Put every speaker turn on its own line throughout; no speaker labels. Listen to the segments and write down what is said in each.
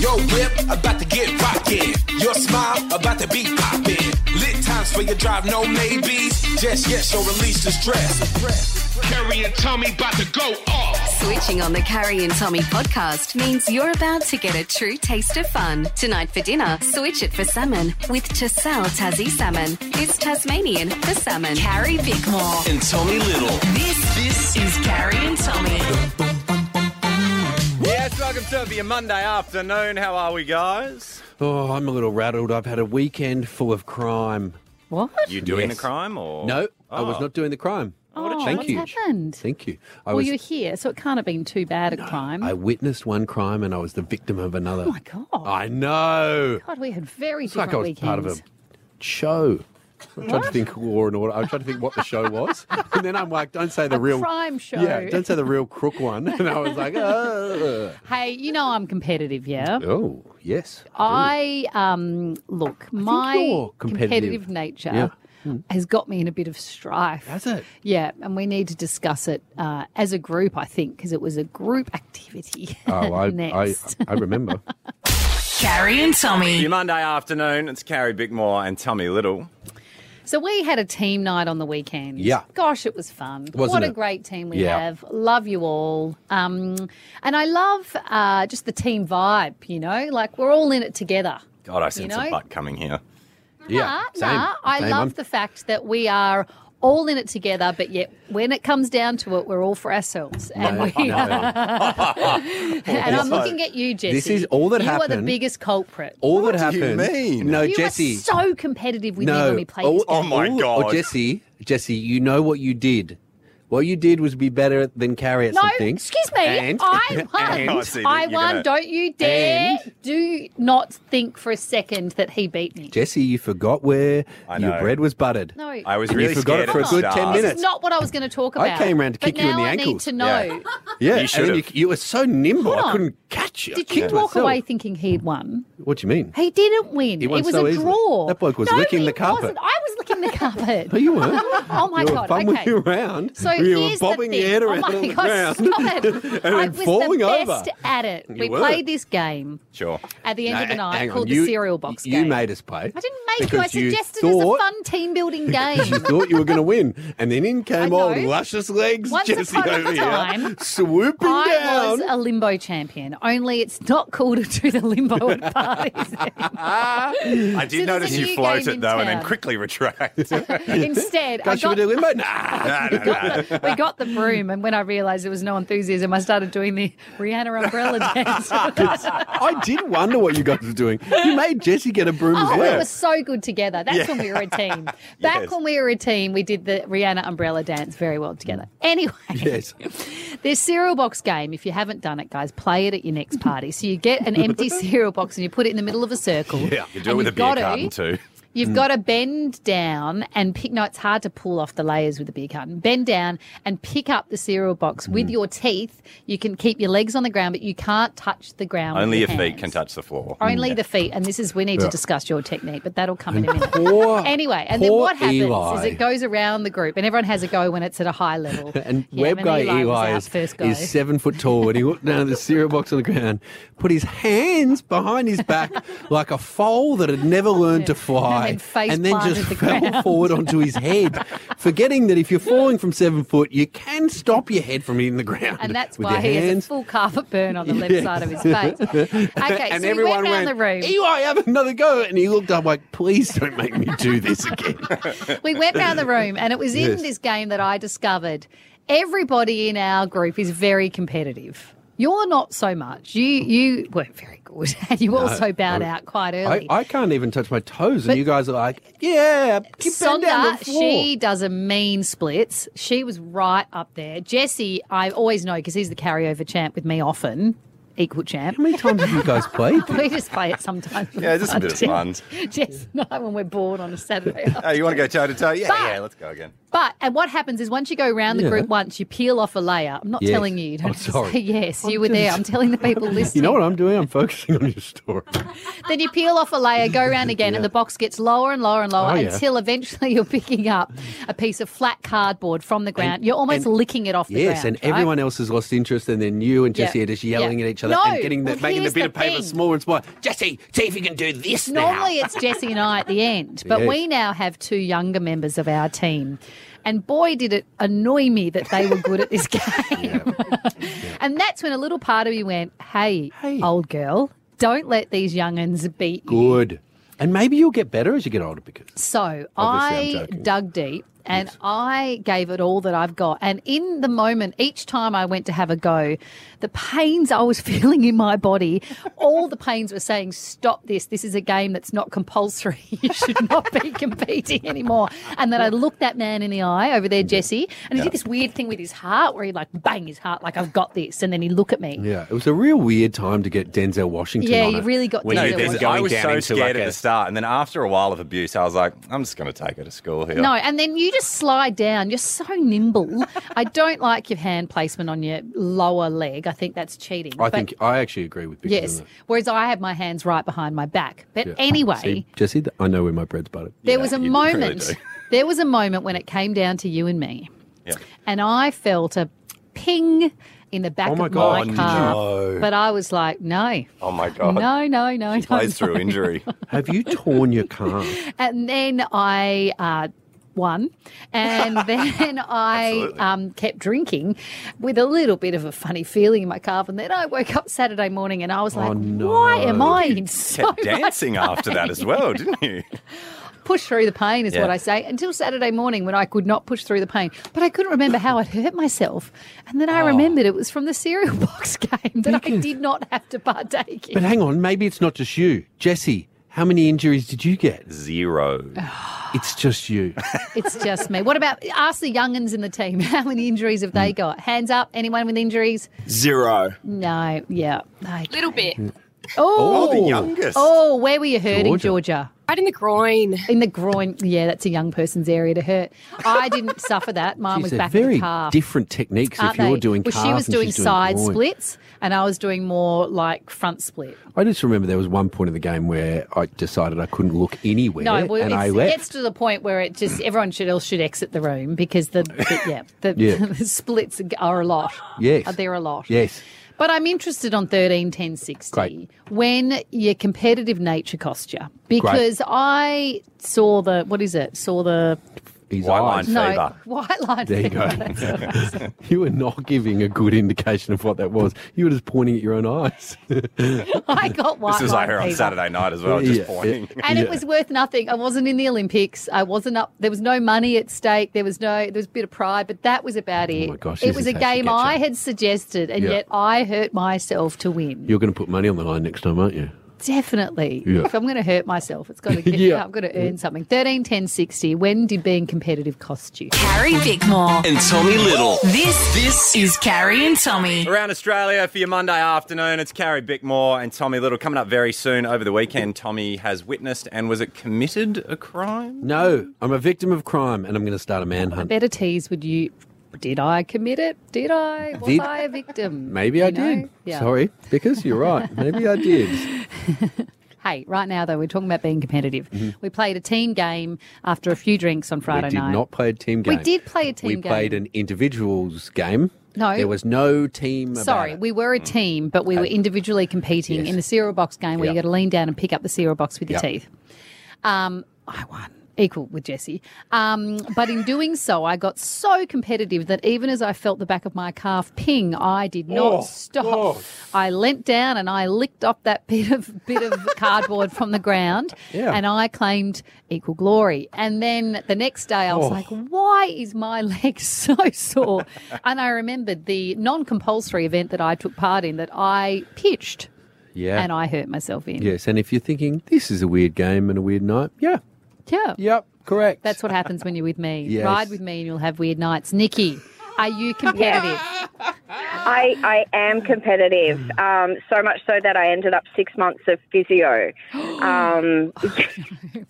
Your whip about to get rockin'. Your smile about to be poppin'. Lit times for your drive, no maybes. Just yes, you'll release the stress. Carrie and Tommy about to go off.
Switching on the Carrie and Tommy podcast means you're about to get a true taste of fun. Tonight for dinner, switch it for salmon with Tassel Tassie Salmon. It's Tasmanian for salmon.
Carrie Bickmore.
And Tommy Little.
This, this is Carrie and Tommy.
Yes, welcome to it for your Monday afternoon. How are we, guys?
Oh, I'm a little rattled. I've had a weekend full of crime.
What?
You doing
Yes.
the crime or
No, I was
Oh.
not doing the crime.
Oh,
Thank
what's
you.
happened?
Thank you. I
well,
was.
you're here, so it can't have been too bad a crime.
I witnessed one crime and I was the victim of another.
oh my god!
I know.
God, we had very
It's
different
like I was
weekends.
part of a show. I tried to think law and order. I tried to think what the show was, and then I'm like, don't say the real
crime show.
Yeah, don't say the real crook one. And I was like, oh,
Hey, you know I'm competitive, yeah.
oh yes.
I um look, my
you're competitive.
nature
Yeah. Hmm.
has got me in a bit of strife.
Has it?
Yeah, and we need to discuss it uh, as a group, I think, because it was a group activity.
Oh, I, I,
Next.
I remember.
Carrie and Tommy.
Your Monday afternoon, it's Carrie Bickmore and Tommy Little.
So we had a team night on the weekend.
Yeah.
Gosh, it was fun.
Wasn't
what a
it?
great team we
Yeah.
have. Love you all. Um, and I love uh, just the team vibe, you know, like we're all in it together.
God, I sense
know-
a butt coming here.
yeah,
Nah, nah, I
same.
love
I'm-
the fact that we are all in it together, but yet when it comes down to it, we're all for ourselves. And,
No,
we,
no.
and I'm
Also,
looking at you, Jesse.
this is all that
you are the
happened.
biggest culprit.
All that
do you
happened.
mean?
No,
you
Jesse.
are so competitive with me
no.
when we play this
all-
game.
Oh my
all-
God.
Oh, Jesse, Jesse, you know what you did. What you did was be better than Carrie at
No,
something.
excuse me.
And- Oh,
I
and-
won.
I see that
I
you're
won.
gonna-
Don't you dare.
And-
Do not think for a second that he beat me.
Jesse, you forgot where
I know.
your bread was buttered.
No.
I was
And
really
you forgot
scared
it for
at
a
the
good 10
start.
This is
minutes.
not what I was going to talk
I
about.
came round to
But
kick you in
now
the
I need
ankles.
to know.
Yeah.
Yeah,
You
and
should've.
then you, you were so nimble,
Hold
I
on.
couldn't catch you. I
Did you
kicked
walk
myself.
away thinking he'd won?
What do you mean?
He didn't win.
He won
it was
so
a
easily.
draw.
That bloke was
no,
licking
he
the carpet.
Wasn't. I was licking the carpet.
No, you weren't.
Oh my
you were
god!
fumbling
okay.
around.
So
you
here's
were bobbing
the thing.
your head around
oh
on
my
the
god!
ground.
Stop it!
then
I was
falling
the
over.
best at it. we
were.
played this game
Sure.
at the end
No,
of the
hang
night
on,
called
you-
the cereal box
You
game.
made us play.
I didn't make you. I suggested it as a fun team building
You
game.
thought you were going to win, and then in came
I
old
know.
luscious legs
Once
Jesse
upon a
over
time,
here, swooping
I
down.
was a limbo champion. Only it's not cool to do the limbo at parties.
Ah, I
there's
did notice
a new
you float
game in
it though and then
town.
quickly retract. no,
Instead, I
Gosh, should we
got,
do limbo? Nah.
no, no.
we got the broom, and when I realised there was no enthusiasm, I started doing the Rihanna umbrella dance.
I did wonder what you guys were doing. You made Jesse get a broom
Oh,
as
we
well.
were so good together. That's when we were a team. Back
Yes.
when we were a team, we did the Rihanna umbrella dance very well together.
Mm.
Anyway,
Yes.
There's cereal box game. If you haven't done it, guys, play it at your next party. So you get an empty cereal box and you put it in the middle of a circle. Yeah,
You do it with a beer carton too.
You've
Hmm.
got to bend down and pick. No, it's hard to pull off the layers with a beer carton. Bend down and pick up the cereal box
Hmm.
with your teeth. You can keep your legs on the ground, but you can't touch the ground. with
Only your feet
hands.
can touch the floor.
Only
Hmm.
the feet, and this is we need to discuss your technique, but that'll come in a minute.
Poor-
anyway, and then
poor
what happens
Eli.
is it goes around the group, and everyone has a go when it's at a high level.
And
Yeah,
web
when
guy
Eli
Eli,
was out
is,
first go.
is seven foot tall, and he walked down to the cereal box on the ground, put his hands behind his back like a foal that had never learned to fly,
And face
and then
planted
just
the
fell
ground.
forward onto his head, forgetting that if you're falling from seven foot, you can stop your head from hitting the ground.
and that's
with
why
your
he has
hands.
a full carpet burn on the left
Yes.
side of his face. Okay,
and
so
everyone
we went around
went,
the room.
Eli, have another go. And he looked up like, please don't make me do this again.
We went round the room, and it was in
Yes.
this game that I discovered everybody in our group is very competitive. You're not so much. You you weren't very good, and you also bowed
I-
out quite
I,
early.
I can't even touch my toes. And you guys are like, yeah, keep bend down to
Sonda,
the floor.
she does a mean splits. She was right up there. Jesse, I always know because he's the carryover champ with me often, equal champ.
How many times have you guys played this?
We just play it sometimes.
Yeah, just a bit of fun.
Jess and I, when we're bored on a Saturday.
Oh, you want to go toe to toe? Yeah,
But-
yeah, let's go again.
But and what happens is once you go around the
Yeah.
group once, you peel off a layer. I'm not
Yes.
telling you. You don't
I'm
have to
sorry.
say yes.
I'm
you were there.
just-
I'm telling the people listening.
You know what I'm doing? I'm focusing on your story.
Then you peel off a layer, go around again, and the box gets lower and lower and lower
Oh, yeah.
until eventually you're picking up a piece of flat cardboard from the ground. you're almost licking it off the
Yes,
ground.
and everyone else has lost interest, and then you and
Yeah.
Jesse are just yelling
Yeah.
at each other
No,
and getting the,
well,
making the
here's
bit
the
of paper
thing.
smaller and smaller. Jesse, see if you can do this now.
Normally it's Jesse and I at the end, but
Yes.
we now have two younger members of our team. And boy, did it annoy me that they were good at this game. And that's when a little part of me went, hey,
Hey.
old girl, don't let these young'uns beat you.
Good. And maybe you'll get better as you get older because
So
Obviously, I'm
I
joking.
dug deep and I gave it all that I've got. And in the moment, each time I went to have a go, the pains I was feeling in my body, all the pains were saying, stop this. This is a game that's not compulsory. You should not be competing anymore. And then I looked that man in the eye over there, Jesse, and he did this weird thing with his heart where he like bang his heart, like I've got this. And then he'd look at me.
yeah, it was a real weird time to get Denzel Washington.
Yeah,
on
you
it.
really got
When
to
you
know
then
what-
go-
I
Going
was
down
so
into
scared
like
at
a-
the start, and then after a while of abuse, I was like, I'm just going to take her to school here.
No, and then you just slide down. You're so nimble. I don't like your hand placement on your lower leg. I think that's cheating.
I
But
think I actually agree with Vicky.
yes.
on that.
Whereas I have my hands right behind my back. But
Yeah.
anyway,
See, Jesse, th- I know where my bread's buttered.
there was a
you really
moment.
do.
there was a moment when it came down to you and me,
Yeah.
and I felt a ping in the back
Oh my
of
God,
my
did
calf.
you?
But I was like, no.
Oh my god.
No, no, no, no.
Plays
no.
through injury.
Have you torn your calf?
And then I uh, won. And then I
Absolutely.
um, kept drinking with a little bit of a funny feeling in my calf. And then I woke up Saturday morning and I was like,
no.
why am I in so
Oh, Kept
much
dancing after that as well, didn't you?
push through the pain is
Yeah.
what I say until Saturday morning when I could not push through the pain. But I couldn't remember how I'd hurt myself. And then
Oh.
I remembered it was from the cereal box game that I
Because-
did not have to partake in.
But hang on, maybe it's not just you, Jesse. How many injuries did you get?
Zero.
It's just you.
It's just me. What about ask the youngins in the team? How many injuries have
Mm.
they got? Hands up. Anyone with injuries?
Zero.
No. Yeah. Okay.
Little bit.
Mm.
Oh,
The youngest.
oh, where were you hurt in
Georgia.
Georgia?
Right in the groin.
In the groin. Yeah, that's a young person's area to hurt. I didn't suffer that. Mine
Geez,
was
they're
back in
very
the calf.
different techniques
aren't
if you're
they?
doing
well,
calf
she was
and
doing
she's
side
groin.
splits, and I was doing more like front split.
I just remember there was one point in the game where I decided I couldn't look anywhere
No, well,
and
it's-
I
it
left.
gets to the point where it just everyone should else should exit the room because the, the yeah the,
Yeah.
the splits are a lot.
Yes.
are there a lot?
Yes.
But I'm interested on 13, 10, 60
Great.
when your competitive nature cost you. Because I saw the, what is it? Saw the,
His
White line
eyes.
No. Fever.
white line.
There you
fever.
go. you were not giving a good indication of what that was. You were just pointing at your own eyes.
I got white
This was
line
like her on
fever.
Saturday night as well, just
Yeah,
pointing.
And it
Yeah.
was worth nothing. I wasn't in the Olympics. I wasn't up. There was no money at stake. There was no. There was a bit of pride, but that was about it.
Oh my gosh,
it
this
was
is
a
how she
game
gets
I
you.
had suggested, and
Yeah.
yet I hurt myself to win.
You're going to put money on the line next time, aren't you?
Definitely.
Yeah.
If I'm going to hurt myself, it's got to get.
Yeah.
I've got to earn something. Thirteen, ten, sixty. When did being competitive cost you?
Carrie Bickmore.
And Tommy Little.
This this is Carrie and Tommy.
Around Australia for your Monday afternoon, it's Carrie Bickmore and Tommy Little coming up very soon. Over the weekend, Tommy has witnessed and was it committed a crime?
No, I'm a victim of crime and I'm going to start a manhunt.
Better tease. Would you? Did I commit it? Did I? Was
Did-
I a victim?
Maybe
You
I
know?
did.
Yeah.
Sorry, because you're right. Maybe I did.
Hey, right now though, we're talking about being competitive.
Mm-hmm.
We played a team game after a few drinks on
We
Friday
did
night.
not play a team
We
game.
did play a team
We
game.
played an individuals game.
No.
There was no team. about
Sorry,
it. Mm.
we were a team, but we were individually competing
Yes.
in the cereal box game where you
Yep.
got to lean down and pick up the cereal box with
Yep.
your teeth. Um, I won. Equal with Jesse. Um, but in doing so, I got so competitive that even as I felt the back of my calf ping, I did
Oh,
not stop. I leant down and I licked off that bit of bit of cardboard from the ground,
Yeah.
and I claimed equal glory. And then the next day, I was
Oh.
like, why is my leg so sore? and I remembered the non compulsory event that I took part in that I pitched
Yeah.
and I hurt myself in.
Yes, and if you're thinking this is a weird game and a weird night, yeah,
Yeah.
yep, correct.
That's what happens when you're with me.
Yes.
Ride with me and you'll have weird nights. Nikki, Are you competitive?
I, I am competitive, um, so much so that I ended up six months of physio. Um,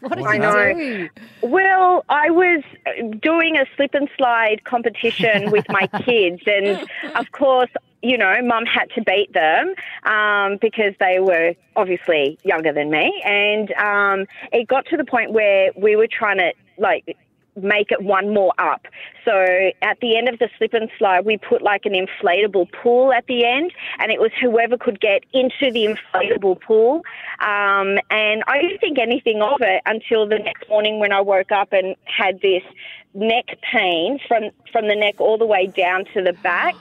What did
I
you
know.
do?
well, I was uh, doing a slip and slide competition with my kids, and of course, you know, mum had to beat them um, because they were obviously younger than me. And um, it got to the point where we were trying to, like, make it one more up. So at the end of the slip and slide, we put like an inflatable pool at the end, and it was whoever could get into the inflatable pool. Um, and I didn't think anything of it until the next morning when I woke up and had this neck pain from from the neck all the way down to the back.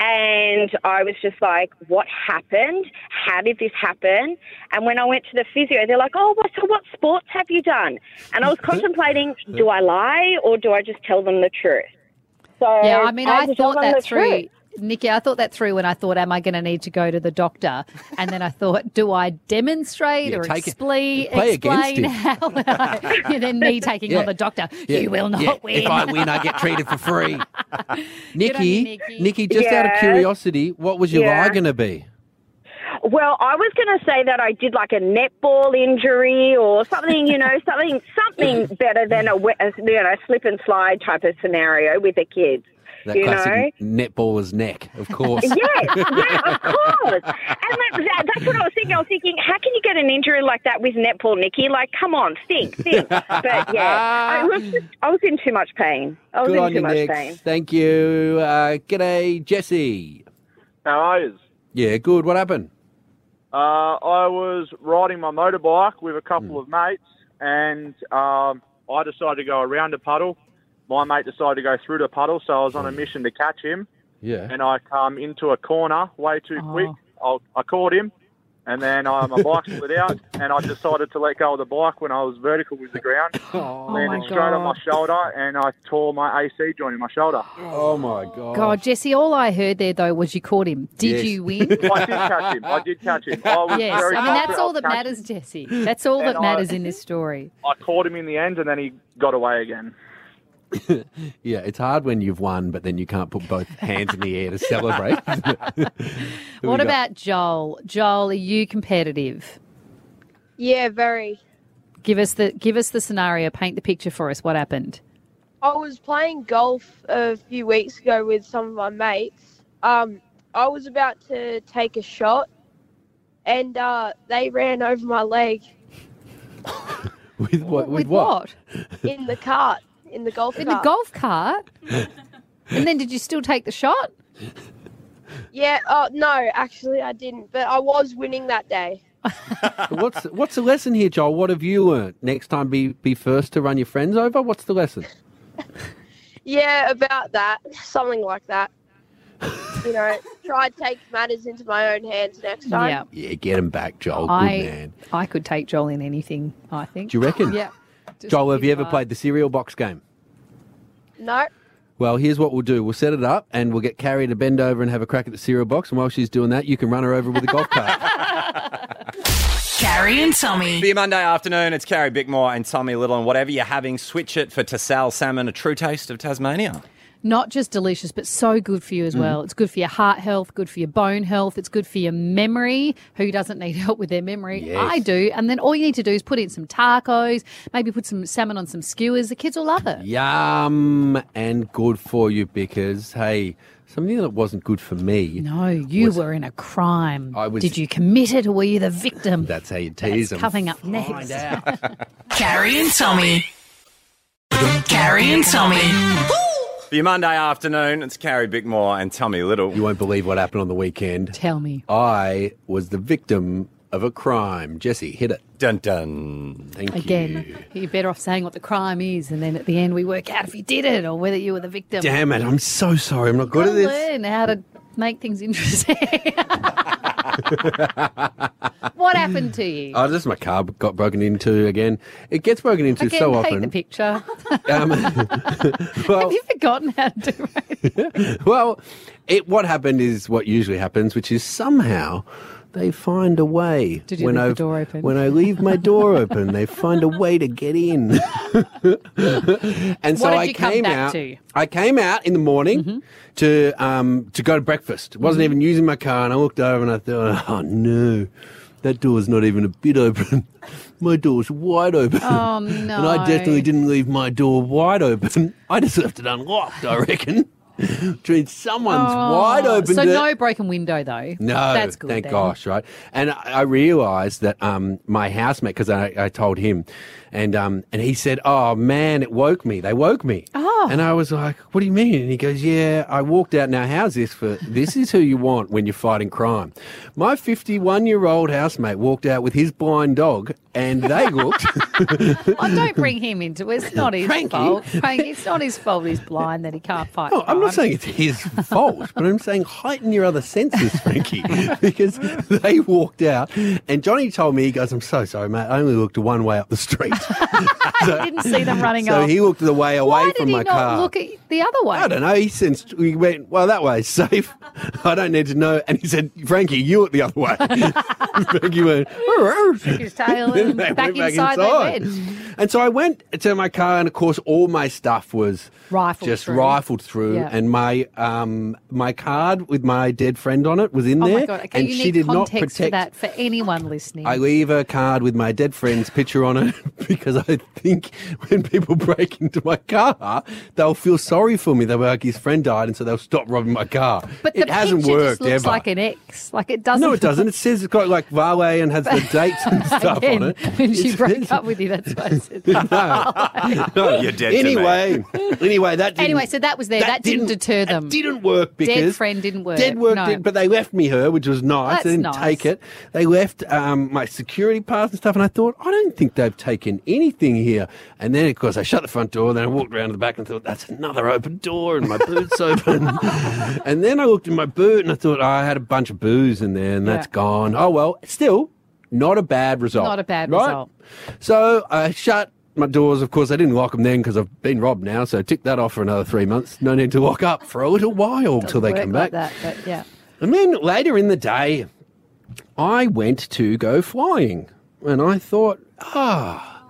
And I was just like, what happened? How did this happen? And when I went to the physio, they're like, oh, well, so what sports have you done? And I was contemplating, do I lie or do I just tell them the truth? So
Yeah, I mean, I
just
thought
told them
that
the
through.
truth.
Nikki, I thought that through when I thought, am I going to need to go to the doctor? And then I thought, do I demonstrate
Yeah,
or
take it-
expli-
play against
explain
him.
how? I, and then me taking
Yeah.
on the doctor.
Yeah,
You will not
yeah.
win.
If I win, I get treated for free. Nikki,
you,
Nikki,
Nikki.
just out of
Yeah.
curiosity, what was your
Yeah.
lie going to be?
Well, I was going to say that I did like a netball injury or something, you know, something something better than a, we- a, you know slip and slide type of scenario with the kids.
That
you
classic
know,
netballer's neck, of course.
Yes, yeah, of course. And that, that, that's what I was thinking. I was thinking, how can you get an injury like that with netball, Nikki? Like, come on, think, think. But yeah, I was just, I was in too much pain. I was
Good
in
on
too
you,
much
Nick.
pain.
Thank you. Uh, g'day, Jesse.
How are yous?
Yeah, good. What happened?
Uh, I was riding my motorbike with a couple
Hmm.
of mates, and um, I decided to go around a puddle. My mate decided to go through the puddle, so I was on a mission to catch him.
Hmm. Yeah.
And I come into a corner way too quick. I, I caught him, and then I, my bike slid out, and I decided to let go of the bike when I was vertical with the ground,
oh
landing
my
straight on my
God.
shoulder, and I tore my AC joint in my shoulder.
Oh my god.
God, Jesse, all I heard there, though, was you caught him. Did
Yes.
you win?
I did catch him. I did catch him. I was
yes. I
very
mean, that's
confident
all
of
that
catching
matters, Jesse. That's all
And
that
I-
matters in this story.
I caught him in the end, and then he got away again.
Yeah, it's hard when you've won, but then you can't put both hands in the air to celebrate. Who
What
we got?
about Joel? Joel, are you competitive?
Yeah, very.
Give us the give us the scenario. Paint the picture for us. What happened?
I was playing golf a few weeks ago with some of my mates. Um, I was about to take a shot, and uh, they ran over my leg
with what? With,
With
what?
what?
in the cart, in the golf
In the
cart.
golf cart. and then did you still take the shot?
Yeah. Oh no, actually I didn't, but I was winning that day.
What's What's the lesson here, Joel? What have you learnt? Next time, be be first to run your friends over. What's the lesson?
Yeah, about that, something like that. You know, try to take matters into my own hands next time.
Yeah.
Yeah, get him back, Joel. Oh, Good
I
man.
I could take Joel in anything. I think.
Do you reckon?
Yeah. Just
Joel, have
give
you ever
up.
played the cereal box game?
No.
Well, here's what we'll do. We'll set it up and we'll get Carrie to bend over and have a crack at the cereal box. And while she's doing that, you can run her over with a golf cart.
Carrie and Tommy.
Be a Monday afternoon. It's Carrie Bickmore and Tommy Little, and whatever you're having, switch it for Tassal salmon, a true taste of Tasmania.
Not just delicious, but so good for you
Mm-hmm.
as well. It's good for your heart health, good for your bone health, it's good for your memory. Who doesn't need help with their memory? I do. And then all you need to do is put in some tacos, maybe put some salmon on some skewers. The kids will love it.
Yum and good for you, Bickers. Hey, something that wasn't good for me.
No, you were in a crime.
I was-
Did you commit it or were you the victim?
That's how you
That's
tease them.
coming up next.
Carrie and Tommy. Carrie and Tommy.
Be a Monday afternoon. It's Carrie Bickmore and Tommy Little.
You won't believe what happened on the weekend.
Tell me.
I was the victim of a crime. Jesse, hit it.
Dun dun.
Thank you.
Again, you're better off saying what the crime is, and then at the end we work out if you did it or whether you were the victim.
Damn it. I'm so sorry. I'm not good at
Gotta
this.
learn how to make things interesting. what what happened to you?
Oh, this is my car got broken into again. It gets broken into
Again,
so
paint
often.
the picture.
Um, well,
Have you forgotten how to do it?
well, it what happened is what usually happens, which is somehow they find a way.
Did you leave the
I
door open?
When I leave my door open, they find a way to get in. and so
What did
I
you come
came
back
out.
to? Mm-hmm.
I came out in the morning to um, to go to breakfast. wasn't even using my car, and I looked over and I thought, oh no. That door's not even a bit open. My door's wide open.
Oh,
And
no.
I definitely didn't leave my door wide open. I just left it unlocked, I reckon. Treat someone's
Oh,
wide open.
So
to-
no broken window though.
No,
that's good.
Thank
then.
gosh, right? And I, I realised that um, my housemate, because I, I told him, and um, and he said, "Oh man, it woke me. They woke me."
Oh.
And I was like, "What do you mean?" And he goes, "Yeah, I walked out. Now, how's this for? This is who you want when you're fighting crime." My 51 year old housemate walked out with his blind dog, and they looked.
Oh, don't bring him into it. It's not his fault. Frankie, it's not his fault. He's blind that he can't fight.
No, Oh, I'm
crime.
not saying it's his fault, but I'm saying heighten your other senses, Frankie, because they walked out, and Johnny told me, he goes, "I'm so sorry, mate. I only looked one way up the street."
I didn't see them running
so
off.
he looked the way away
Why
from
did he
my
not
car.
look at the other way?
I don't know. He sensed we went well that way, safe. I don't need to know. And he said, "Frankie, you went the other way." Frankie went.
Stick his tail
Then
in,
they
back,
went
inside, they went.
And so I went to my car, and of course, all my stuff was
Rifled
just
through.
rifled through.
Yeah.
And my um, my card with my dead friend on it was in
Oh
there,
my god! Okay,
and
you
she
need
did not
context
protect.
for that for anyone listening.
I leave a card with my dead friend's picture on it because I think when people break into my car, they'll feel sorry for me. They'll be like, his friend died, and so they'll stop robbing my car.
but the
it hasn't
picture
worked
just looks
ever.
like an X. Like it doesn't.
no, it doesn't. It says it's got like Vale and has the dates and stuff
Again,
on it.
when she
It's-
broke up with you, that's what I said.
No.
You're dead to me.
anyway, anyway, that didn't,
Anyway, so that was there. That, didn't, deter them.
didn't work because
Dead friend didn't work.
Dead work,
No.
did, but they left me her, which was nice. they
That's
didn't
nice.
take it. They left um, my security pass and stuff, and I thought, I don't think they've taken anything here. And then, of course, I shut the front door. Then I walked around to the back and thought, that's another open door, and my boot's open. and then I looked in my boot and I thought, oh, I had a bunch of booze in there, and that's
Yeah.
gone. Oh well, still not a bad result.
Not a bad
right?
result.
So I shut my doors. Of course, I didn't lock them then because I've been robbed now. So tick that off for another three months. No need to lock up for a little while till they
Work
come
like
back.
that, but yeah.
And then later in the day, I went to go flying, and I thought, ah,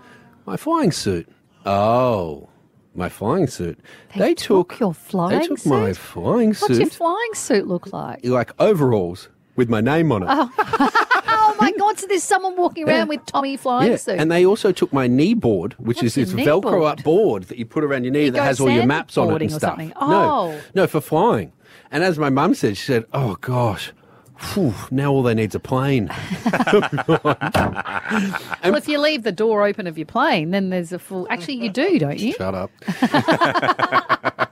my flying suit. Oh, my flying suit. They, took,
your flying
They took my
suit?
flying
What's your
suit,
flying suit look like?
like overalls with my name on it.
Oh my god! So there's someone walking around with Tommy flying
Yeah,
suit.
and they also took my knee board, which
What's
is
your
this
knee
Velcro
board?
up board that you put around your knee that
go
has all your maps on it
sandboarding
and
or
stuff.
something. Oh.
No, no, for flying. And as my mum said, she said, "Oh gosh, phew, now all they need's a plane."
well, if you leave the door open of your plane, then there's a full. Actually, you do, don't you?
Shut up.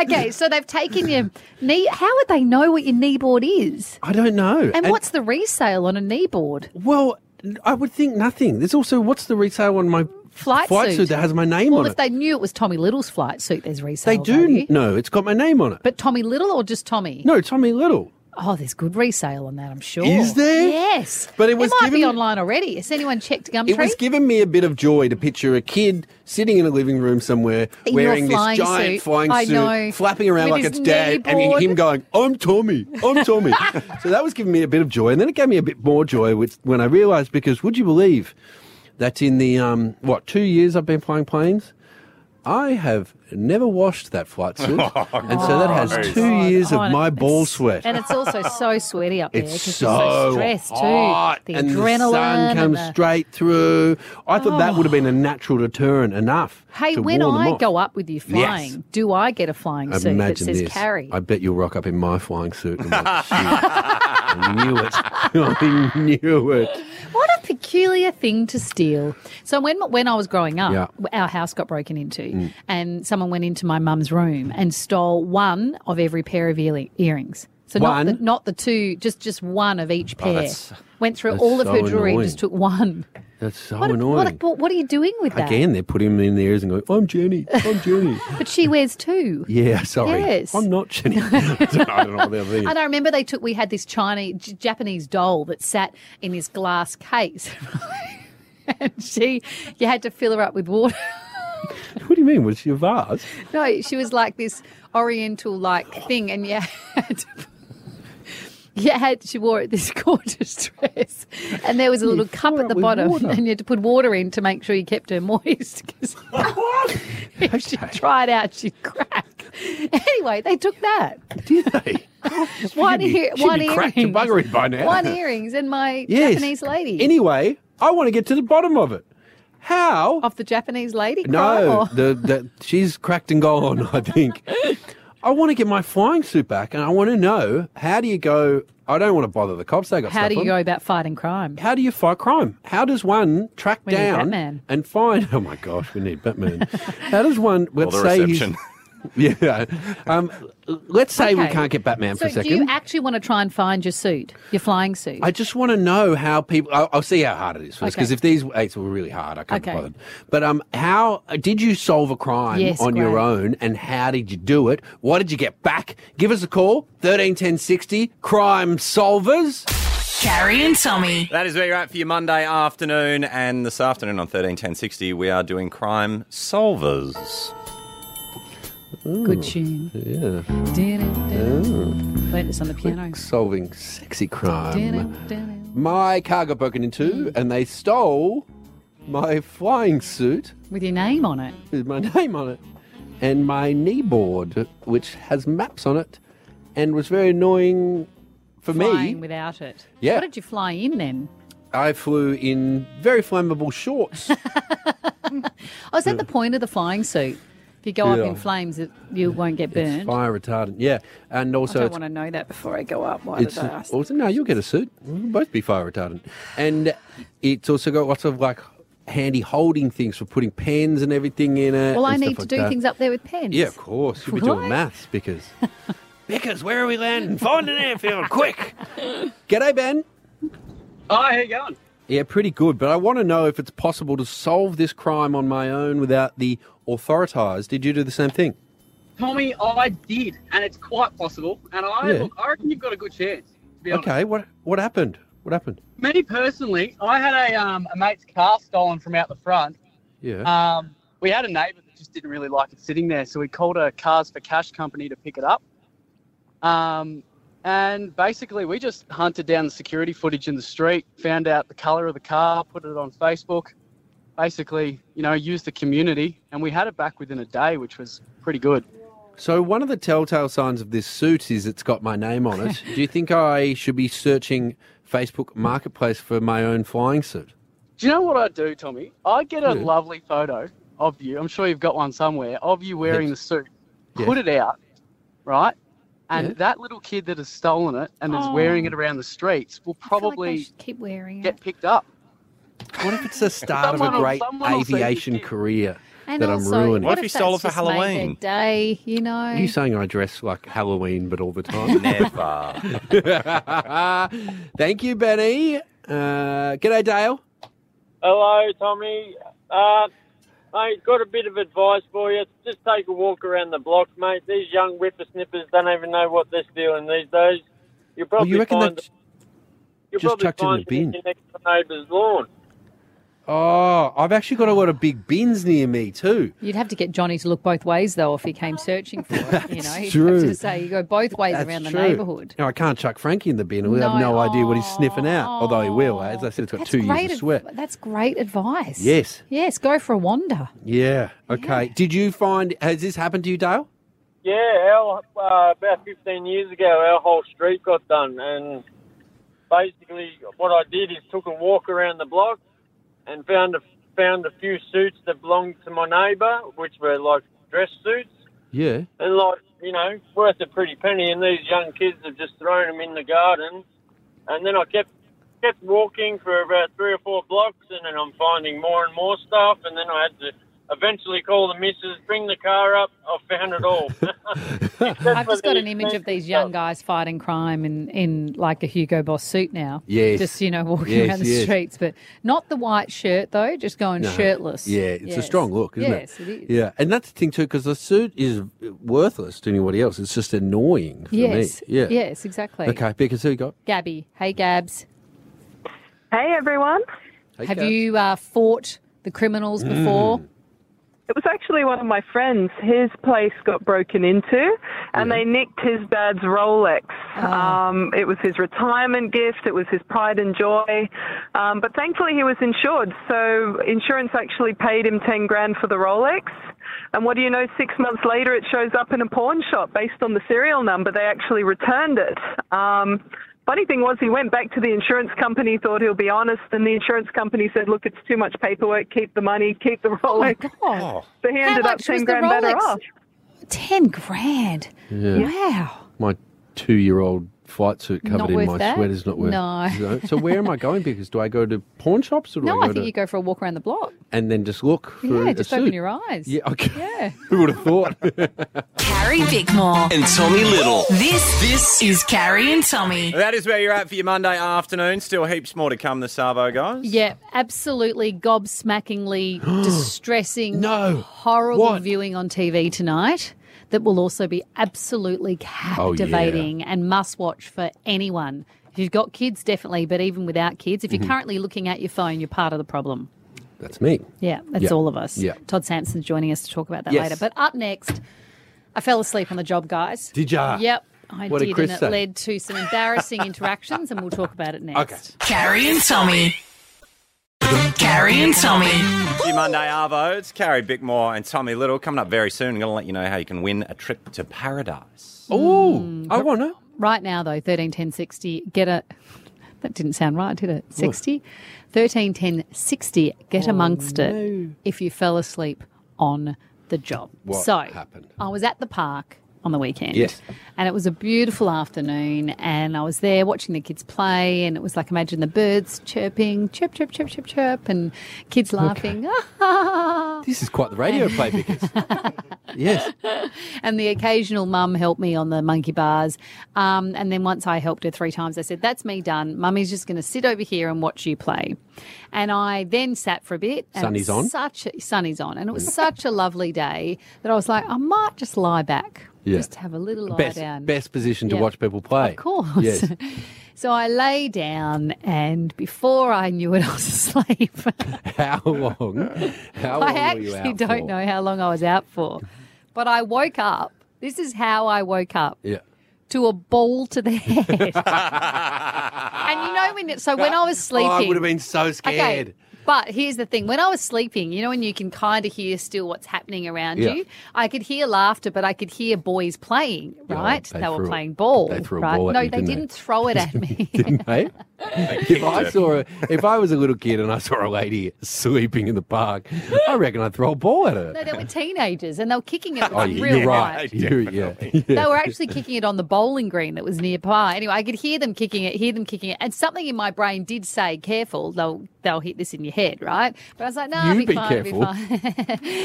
Okay, so they've taken your knee. How would they know what your knee board is?
I don't know.
And, what's the resale on a knee board?
well? I would think nothing. There's also what's the retail on my
Flight suit.
that has my name
Well,
on
if
it?
they knew it was Tommy Little's flight suit, there's resale.
They do
value.
know it's got my name on it.
But Tommy Little or just Tommy?
No, Tommy Little.
Oh, there's good resale on that, I'm sure.
Is there?
Yes.
But it was
might be
given-
online already. Has anyone checked Gumtree?
It was giving me a bit of joy to picture a kid sitting in a living room somewhere
In your
wearing this
flying
giant
suit.
flying
I
suit,
know.
flapping around
With
like
his
it's dad,
knee
and
board.
him going, I'm Tommy, I'm Tommy. so that was giving me a bit of joy. And then it gave me a bit more joy which, when I realised, because would you believe that in the, um, what, two years I've been flying planes? I have never washed that flight suit. and so that has two
God,
years
oh,
of
and
my
it's-
ball sweat.
And it's also so sweaty up there
It's
because
so,
you're so stressed
hot,
too. The
and
adrenaline.
the sun
and
comes
the- Oh.
straight through. I thought that would have been a natural deterrent enough.
Hey,
to
when
warn them
I
off.
go up with you flying, do I get a flying suit that
imagine
says
this.
carry?
I bet you'll rock up in my flying suit. And I'm like, "Shoot, I knew it. I knew it.
What a peculiar thing to steal. So when when I was growing up,
Yeah. Mm.
our house got broken into, and someone went into my mum's room and stole one of every pair of earli- earrings. So
One? Oh,
not the, not the two, just just one of each pair.
that's-
went through
that's
all of
so
her jewelry and
annoying.
just took one.
That's so
what,
annoying.
What, what, what are you doing with that?
Again, they're putting them in their ears and going, I'm Jenny. I'm Jenny.
But she wears two.
yeah, sorry.
Yes.
I'm not Jenny. I don't know what they're thinking.
And I remember they took, we had this Chinese, J- Japanese doll that sat in this glass case. and she, you had to fill her up with water.
What do you mean? Was she a vase?
No, she was like this oriental like thing, and you had. You had, she wore this gorgeous dress, and there was a little cup at the bottom,
water.
and you had to put water in to make sure you kept her moist. 'cause if she tried out, she'd crack. Anyway, they took that.
Did they?
One,
She'd be-
ear,
she'd
one
be cracked and
earring.
buggery by now.
One earrings, and my
Yes.
Japanese lady.
Anyway, I want to get to the bottom of it. How?
Of the Japanese lady? crime,
No,
or-
the, the, she's cracked and gone, I think. I want to get my flying suit back and I want to know how do you go? I don't want to bother the cops. They got
How
stuff
do you
on.
go about fighting crime?
How do you fight crime? How does one track
We need
down
Batman.
and find? Oh my gosh, we need Batman. How does one? Let's
the
say he's-
reception.
yeah. Um, let's say we
Okay.
can't get Batman for
So,
a second.
do you actually want to try and find your suit, your flying suit?
I just want to know how people. I'll, I'll see how hard it is first,
Okay.
because if these eights were really hard, I can't be
Okay.
bothered. But um, how did you solve a crime
Yes,
on your
great.
own, and how did you do it? What did you get back? Give us a call, thirteen ten sixty. Crime solvers.
Carrie and Tommy.
That is where you're at for your Monday afternoon. And this afternoon on 131060, we are doing crime solvers.
Good tune.
Yeah,
Dun-dun-dun. Learned this on the piano.
solving sexy crime.
Dun-dun-dun.
My car got broken into, and they stole my flying suit
With your name on it.
with my name on it and my knee board, which has maps on it, and was very annoying for me.
Flying without it.
Yeah.
What did you fly in then?
I flew in very flammable shorts.
Oh, is that the point of the flying suit? If you go up
Yeah.
in flames, it, you won't get
it's
burned. I
fire retardant, yeah, and also
don't
it's,
want to know that before I go up. Why
it's
did I ask?
also no, you'll get a suit. We'll both be fire retardant, and it's also got lots of like handy holding things for putting pens and everything in it.
Well, I
and
need to
stuff
do
like that.
things up there with pens.
Yeah, of course. You'll be doing
Right.
maths because. Because where are we landing? Find an airfield, quick! G'day, Ben.
Hi, Oh, how you going?
Yeah, pretty good. But I want to know if it's possible to solve this crime on my own without the authorities. Did you do the same thing?
Tommy, I did, and it's quite possible. And I
Yeah.
look, I reckon you've got a good chance. To be honest.
Okay. What what happened? What happened?
Me personally, I had a um, a mate's car stolen from out the front.
Yeah.
Um, we had a neighbour that just didn't really like it sitting there, so we called a Cars for Cash company to pick it up. Um, and basically, we just hunted down the security footage in the street, found out the colour of the car, put it on Facebook. Basically, you know, used the community, and we had it back within a day, which was pretty good.
So one of the telltale signs of this suit is it's got my name on it. do you think I should be searching Facebook Marketplace for my own flying suit?
Do you know what I do, Tommy? I get a
Yeah.
lovely photo of you. I'm sure you've got one somewhere of you wearing the suit.
Yeah.
Put it out, right? And
Yeah.
that little kid that has stolen it and is
Oh.
wearing it around the streets will
I feel like they
probably
should keep wearing it.
get picked up.
What if it's the start of a
Someone-
great
someone will see this
aviation
kid.
career
And
that
also,
I'm ruining?
What
What
if
if,
he stole it
that's
for
just made their
Halloween?
Day, you know.
Are you saying I dress like Halloween but all the time?
Never.
Thank you, Benny. Uh, g'day, Dale.
Hello, Tommy. Uh, mate, got a bit of advice for you. Just take a walk around the block, mate. These young whippersnippers don't even know what they're stealing these days. You'll
Well,
probably
you reckon
find
that?
you'll
just
probably
chucked in the
find them
bin?
your next door neighbour's lawn.
Oh, I've actually got a lot of big bins near me too.
You'd have to get Johnny to look both ways, though, if he came searching for it. You know, he'd
true.
have to say you go both ways
That's
around the
true.
neighbourhood.
No, I can't chuck Frankie in the bin. We have
No,
no idea what he's
aw,
sniffing out, although he will.
aw.
As I said, it's got
That's
two years
great
of sweat.
adv- That's great advice.
Yes.
Yes, go for a wander.
Yeah. Okay. Did you find? Has this happened to you, Dale?
Yeah, our, uh, about 15 years ago, our whole street got done. And basically, what I did is took a walk around the block and found a, found a few suits that belonged to my neighbour, which were like dress suits.
Yeah.
And, like, you know, worth a pretty penny. And these young kids have just thrown them in the garden. And then I kept kept walking for about three or four blocks, and then I'm finding more and more stuff. And then I had to Eventually, call the missus, bring the car up. I've found it all.
I've just got an image of these young guys fighting crime in, in like a Hugo Boss suit now.
Yes.
Just, you know, walking
Yes,
around the
yes.
streets, but not the white shirt though, just going
No.
shirtless.
Uh-huh. Yeah, it's a
Yes.
strong look, isn't
yes,
it?
Yes, it is.
Yeah, and that's the thing too, because the suit is worthless to anybody else. It's just annoying for
Yes.
me. Yeah.
Yes, exactly.
Okay, because who you got?
Gabby. Hey, Gabs.
Hey, everyone.
Hey,
Have
Gabs. Mm.
you uh, fought the criminals before?
It was actually one of my friends. His place got broken into, and they nicked his dad's Rolex. Um, it was his retirement gift. It was his pride and joy. Um, but thankfully, he was insured, so insurance actually paid him ten grand for the Rolex. And what do you know? Six months later, it shows up in a pawn shop based on the serial number. They actually returned it. Um, funny thing was, he went back to the insurance company, thought he'll be honest, and the insurance company said, "Look, it's too much paperwork. Keep the money. Keep the Rolex."
Oh, God.
So he
How
ended up
much was
10
the
grand better
Rolex?
off.
10 grand.
Yeah.
Wow.
My two year old flight suit covered
Not
in
worth
my
that?
sweater's not worth
No.
So- So where am I going? Because do I go to pawn shops or do
No,
I
I
go
think
to
you go for a walk around the block.
and then just look for
yeah,
a
just
suit?
open your eyes.
Yeah, okay.
Yeah.
Who would have thought?
Carrie Bickmore.
And Tommy Little.
This, this is Carrie and Tommy.
That is where you're at for your Monday afternoon. Still heaps more to come this Savo, guys.
Yeah, absolutely gobsmackingly distressing,
No.
horrible
What?
viewing on TV tonight that will also be absolutely
Oh,
captivating and must watch for anyone. If you've got kids, definitely, but even without kids, if you're
Mhm.
currently looking at your phone, you're part of the problem.
That's me.
Yeah, that's
Yeah.
all of us.
Yeah.
Todd Sampson's joining us to talk about that
Yes.
later. But up next, I fell asleep on the job, guys.
Did ya?
Yep, I
What did
did,
Chris
and it
say?
led to some embarrassing interactions, and we'll talk about it next.
Okay.
Carrie and Tommy. Carrie and Tommy.
Your Monday Arvo. It's Carrie Bickmore and Tommy Little coming up very soon. I'm going to let you know how you can win a trip to paradise.
Oh, I want to.
Mm. Right now, though, 13, 10, 60, get a. That didn't sound right, did it? 60? 13, 10, 60, get
Oh,
amongst it if you fell asleep on the job.
What
so,
happened?
I was at the park on the weekend.
Yes.
And it was a beautiful afternoon, and I was there watching the kids play, and it was like imagine the birds chirping, chirp, chirp, chirp, chirp, chirp, and kids laughing. Ah.
This is quite the radio play because yes,
and the occasional mum helped me on the monkey bars. Um, and then once I helped her three times, I said, That's me done. Mummy's just going to sit over here and watch you play. And I then sat for a bit. And
Sun
it
is
was
on?
Such a, sun is on. And it was
Mm.
such a lovely day that I was like, I might just lie back,
Yeah.
just have a little lie
best
down.
best position to
Yeah.
watch people play.
Of course.
Yes.
So I lay down, and before I knew it, I was asleep.
How long? How long
I
were you
actually
out
don't
for?
know how long I was out for, but I woke up. This is how I woke up
Yeah.
to a ball to the head.
and
you know when? It, so when I
Oh,
was sleeping,
I would have been so scared.
Okay, but here's the thing: when I was sleeping, you know, when you can kind of hear still what's happening around
Yeah.
you, I could hear laughter, but I could hear boys playing.
Yeah,
Right?
they
they were
threw a-
playing ball.
they threw a
right?
ball at
no,
you,
they
didn't they?
didn't throw it at me.
Didn't they? if I saw a, if I was a little kid and I saw a lady sleeping in the park, I reckon I'd throw a ball at her.
No, they were teenagers and they were kicking it
oh,
with
you-
real
you're
height.
right. You- yeah.
They were actually kicking it on the bowling green that was nearby. Anyway, I could hear them kicking it, hear them kicking it, and something in my brain did say, "Careful, they'll they'll hit this in your head," right? But I was like, "No,
You
I'll be,
be
fine,
careful.
I'll be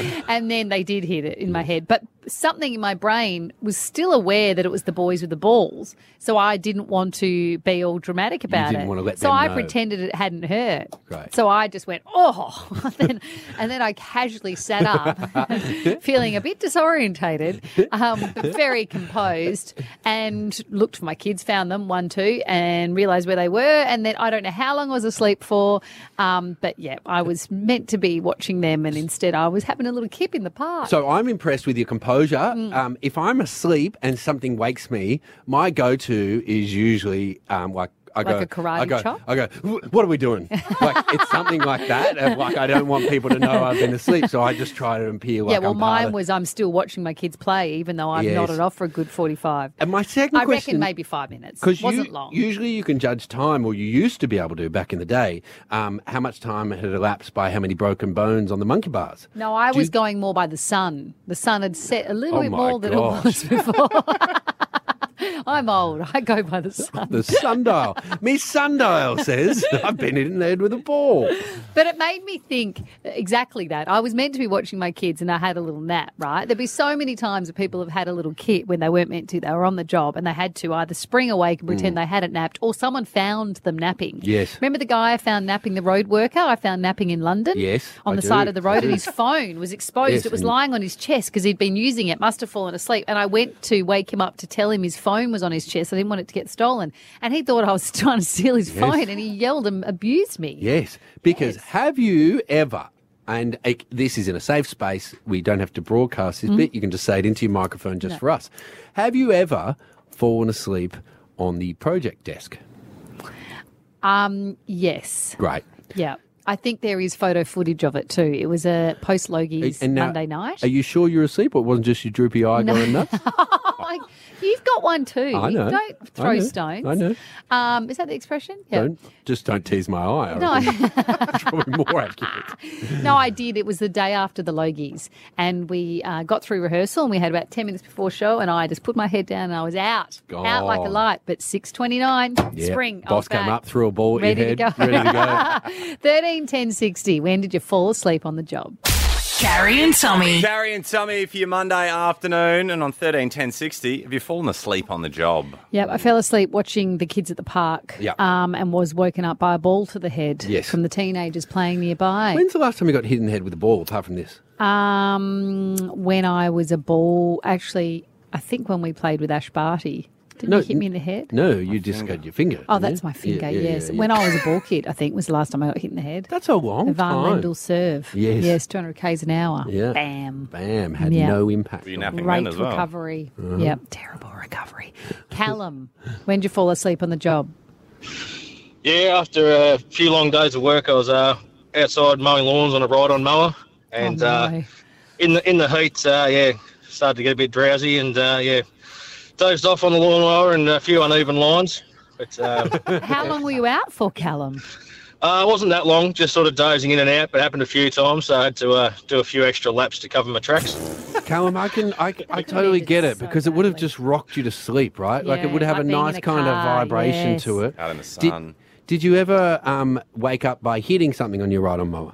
fine." and then they did hit it in my head, but something in my brain was still aware that it was the boys with the balls, so I didn't want to be all dramatic about
didn't
it.
want to let
so
them
I
know.
pretended it hadn't hurt.
Great.
So I just went, "Oh," then, and then I casually sat up feeling a bit disorientated, um, but very composed, and looked for my kids, found them, one, two, and realised where they were. And then I don't know how long I was asleep for, um, but yeah, I was meant to be watching them, and instead I was having a little kip in the park.
So I'm impressed with your composure.
Mm.
Um, if I'm asleep and something wakes me, my go-to is usually um, like. I
Like
go,
a karate
I go,
chop?
I go, "Wh- what are we doing? Like, it's something like that. And like, I don't want people to know I've been asleep, so I just try to appear like
yeah, well,
I'm part
mine
of-
was I'm still watching my kids play, even though I've
Yes.
nodded off for a good 45.
And my second
I
question-
reckon maybe five minutes.
Because
wasn't
you,
long.
usually you can judge time, or you used to be able to back in the day, um, how much time had elapsed by how many broken bones on the monkey bars.
No, I
Do you-
was going more by the sun. The sun had set a little
Oh
bit
my
more than it
gosh.
was before. I'm old. I go by the sun.
The sundial. Me sundial says I've been in the head with a ball.
But it made me think exactly that. I was meant to be watching my kids and I had a little nap, right? There'd be so many times that people have had a little kid when they weren't meant to. They were on the job and they had to either spring awake and pretend
Mm.
they hadn't napped or someone found them napping.
Yes.
Remember the guy I found napping, the road worker? I found napping in London.
Yes,
On
I
the
do.
side of the
I
road
do.
and his phone was exposed.
Yes,
It was
and-
lying on his chest because he'd been using it, must have fallen asleep. And I went to wake him up to tell him his phone was on his chest. I didn't want it to get stolen. And he thought I was trying to steal his
Yes.
phone and he yelled and abused me.
Yes, because have you ever? And it, this is in a safe space. We don't have to broadcast this
Mm.
bit. You can just say it into your microphone just
No.
for us. Have you ever fallen asleep on the project desk?
Um, yes.
Great.
Yeah. I think there is photo footage of it too. It was a post Logies
And now-
Monday night.
Are you sure you're asleep or it wasn't just your droopy eye
No.
going nuts?
Like, You've got one too.
I know. I
Don't throw
know.
stones.
I know.
Um, is that the expression?
Don't just don't tease my eye. I reckon.
No,
Probably more accurate.
no, I did. It was the day after the Logies, and we uh, got through rehearsal, and we had about ten minutes before show, and I just put my head down, and I was out, out like a
Gone.
light. But six twenty nine,
Yeah.
spring, I
Boss
was
came
back.
up, threw a ball at
ready
your head.
to go.
Ready to go.
Thirteen ten sixty. When did you fall asleep on the job?
Carrie and Tommy. Carrie and Tommy for your Monday afternoon and on 131060. Have you fallen asleep on the job?
Yep, I fell asleep watching the kids at the park.
Yep.
Um, and was woken up by a ball to the head
Yes.
from the teenagers playing nearby.
When's the last time you got hit in the head with a ball apart from this?
Um, when I was a ball, actually, I think when we played with Ash Barty, didn't
No,
you hit me in the head?
No, you dislocated your finger.
Oh,
didn't
that's
you?
my finger.
Yeah, yeah,
yes,
yeah, yeah.
when I was a ball kid, I think was the last time I got hit in the head.
That's a long
Van
time.
Lendl serve.
Yes.
yes, two hundred k's an hour.
Yeah.
bam,
Bam, had
Yeah.
no impact.
Great recovery.
Uh-huh.
Yep, terrible recovery. Callum, when did you fall asleep on the job?
Yeah, after a few long days of work, I was uh, outside mowing lawns on a ride-on mower,
Oh,
and uh, in the in the heat, uh, yeah, started to get a bit drowsy, and uh, yeah, dozed off on the lawnmower and a few uneven lines. But um,
How long were you out for, Callum?
Uh, it wasn't that long, just sort of dozing in and out, but it happened a few times, so I had to uh, do a few extra laps to cover my tracks.
Callum, I can, I, I totally get it because it would have just rocked you to sleep, right? like it
Yeah,
would have
like
a
being in
nice
a
kind of
car,
vibration
yes.
to it.
Out in the
Did-
sun.
Did, you ever um, wake up by hitting something on your ride on mower?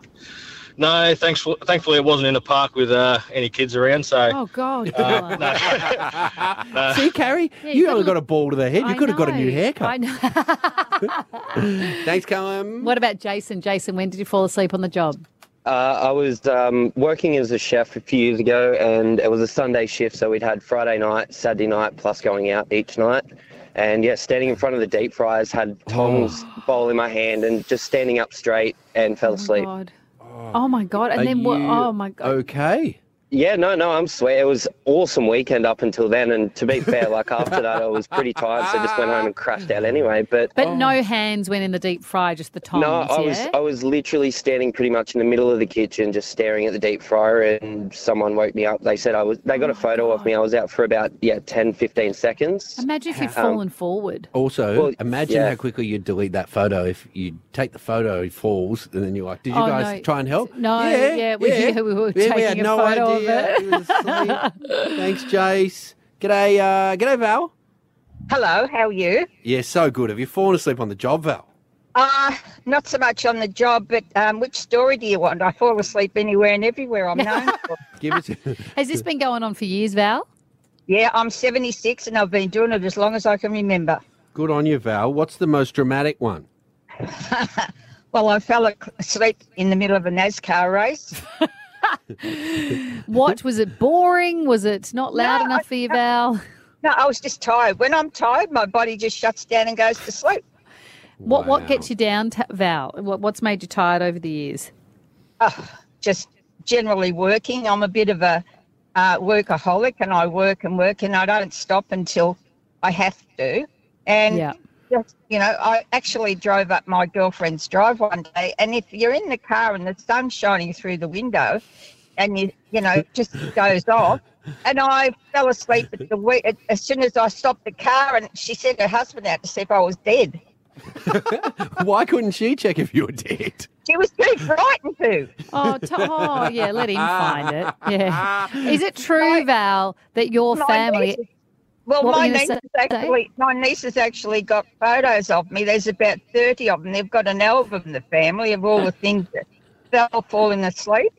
No, thanks. Thankfully, it wasn't in a park with uh, any kids around, so.
Oh God,
Uh,
Uh.
no.
See, Carrie, you only got a ball to the head. You
I
could have got a new
know.
haircut.
I know.
Thanks, Callum.
What about Jason? Jason, when did you fall asleep on the job?
Uh, I was um, working as a chef a few years ago, and it was a Sunday shift, so we'd had Friday night, Saturday night, plus going out each night. And yeah, standing in front of the deep fryers, had tongs,
Oh.
bowl in my hand, and just standing up straight and fell asleep.
Oh, my God! And
Are
then what?
you-
Oh my God!
Okay.
Yeah, no, no, I'm sweet. It was awesome weekend up until then, and to be fair, like after that, I was pretty tired, so just went home and crashed out anyway. But
But
Oh.
no hands went in the deep fryer, just the tongs.
No, I was
yeah?
I was literally standing pretty much in the middle of the kitchen, just staring at the deep fryer, and someone woke me up. They said I was. They
Oh
got a photo of me. I was out for about yeah 10, 15 seconds.
Imagine if you'd
Um,
fallen forward.
Also,
Well,
imagine
yeah.
how quickly you'd delete that photo if you take the photo, it falls, and then you're like, "Did you
Oh,
guys
no.
try and help?"
No, yeah, we, we were
Yeah,
taking
we had
a
no
photo
idea.
of it.
Thanks, Jace. G'day, uh, g'day, Val.
Hello, how are you?
Yeah, so good. Have you fallen asleep on the job, Val?
Uh, not so much on the job, but um, which story do you want? I fall asleep anywhere and everywhere I'm known for.
Give us.
Has this been going on for years, Val?
Yeah, I'm 76 and I've been doing it as long as I can remember.
good on you, Val. What's the most dramatic one?
Well, I fell ac- asleep in the middle of a NASCAR race.
What was it? Boring? Was it not loud enough for you, Val?
No, I was just tired. When I'm tired, my body just shuts down and goes to sleep.
What What gets you down, t- Val? What, what's made you tired over the years?
just generally working. I'm a bit of a uh, workaholic and I work and work and I don't stop until I have to. And,
Yeah.
just, you know, I actually drove up my girlfriend's drive one day. And if you're in the car and the sun's shining through the window and you, you know, it just goes off. And I fell asleep at the wheel as soon as I stopped the car, and she sent her husband out to see if I was dead.
Why couldn't she check if you were dead?
She was too frightened to.
Oh, to- oh, yeah, let him find it. Yeah. Is it true, Val, that your
My
family.
nieces- Well,
What were
my
you gonna
niece
say-
has actually my niece has actually got photos of me. There's about thirty of them. They've got an album, the family, of all the things that fell falling asleep.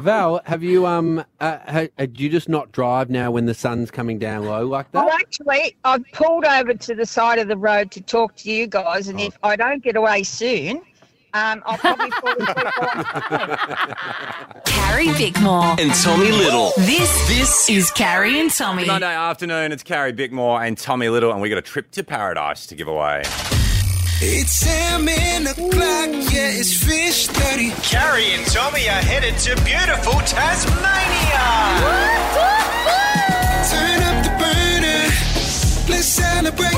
Val, have you um, uh, ha, uh, do you just not drive now when the sun's coming down low like that?
Well, actually, I've pulled over to the side of the road to talk to you guys, and
Oh.
if I don't get away soon, um, I'll probably fall asleep.
Carrie Bickmore
And Tommy Little.
This this is Carrie and Tommy.
Monday afternoon, it's Carrie Bickmore and Tommy Little, and we got a trip to paradise to give away.
It's salmon o'clock, yeah, it's fish 30. Carrie and Tommy are headed to beautiful Tasmania. Turn up the burner, let's celebrate.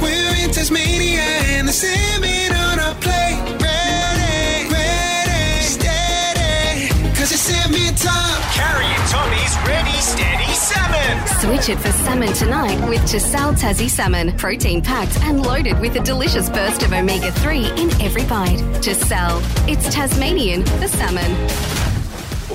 We're in Tasmania and the salmon on our plate. Ready, ready, steady, cause it's salmon time. Carrie and Tommy's ready, steady salmon.
Switch it for salmon tonight with Chisel Tassie Salmon. Protein packed and loaded with a delicious burst of omega 3 in every bite. Chisel. It's Tasmanian for salmon.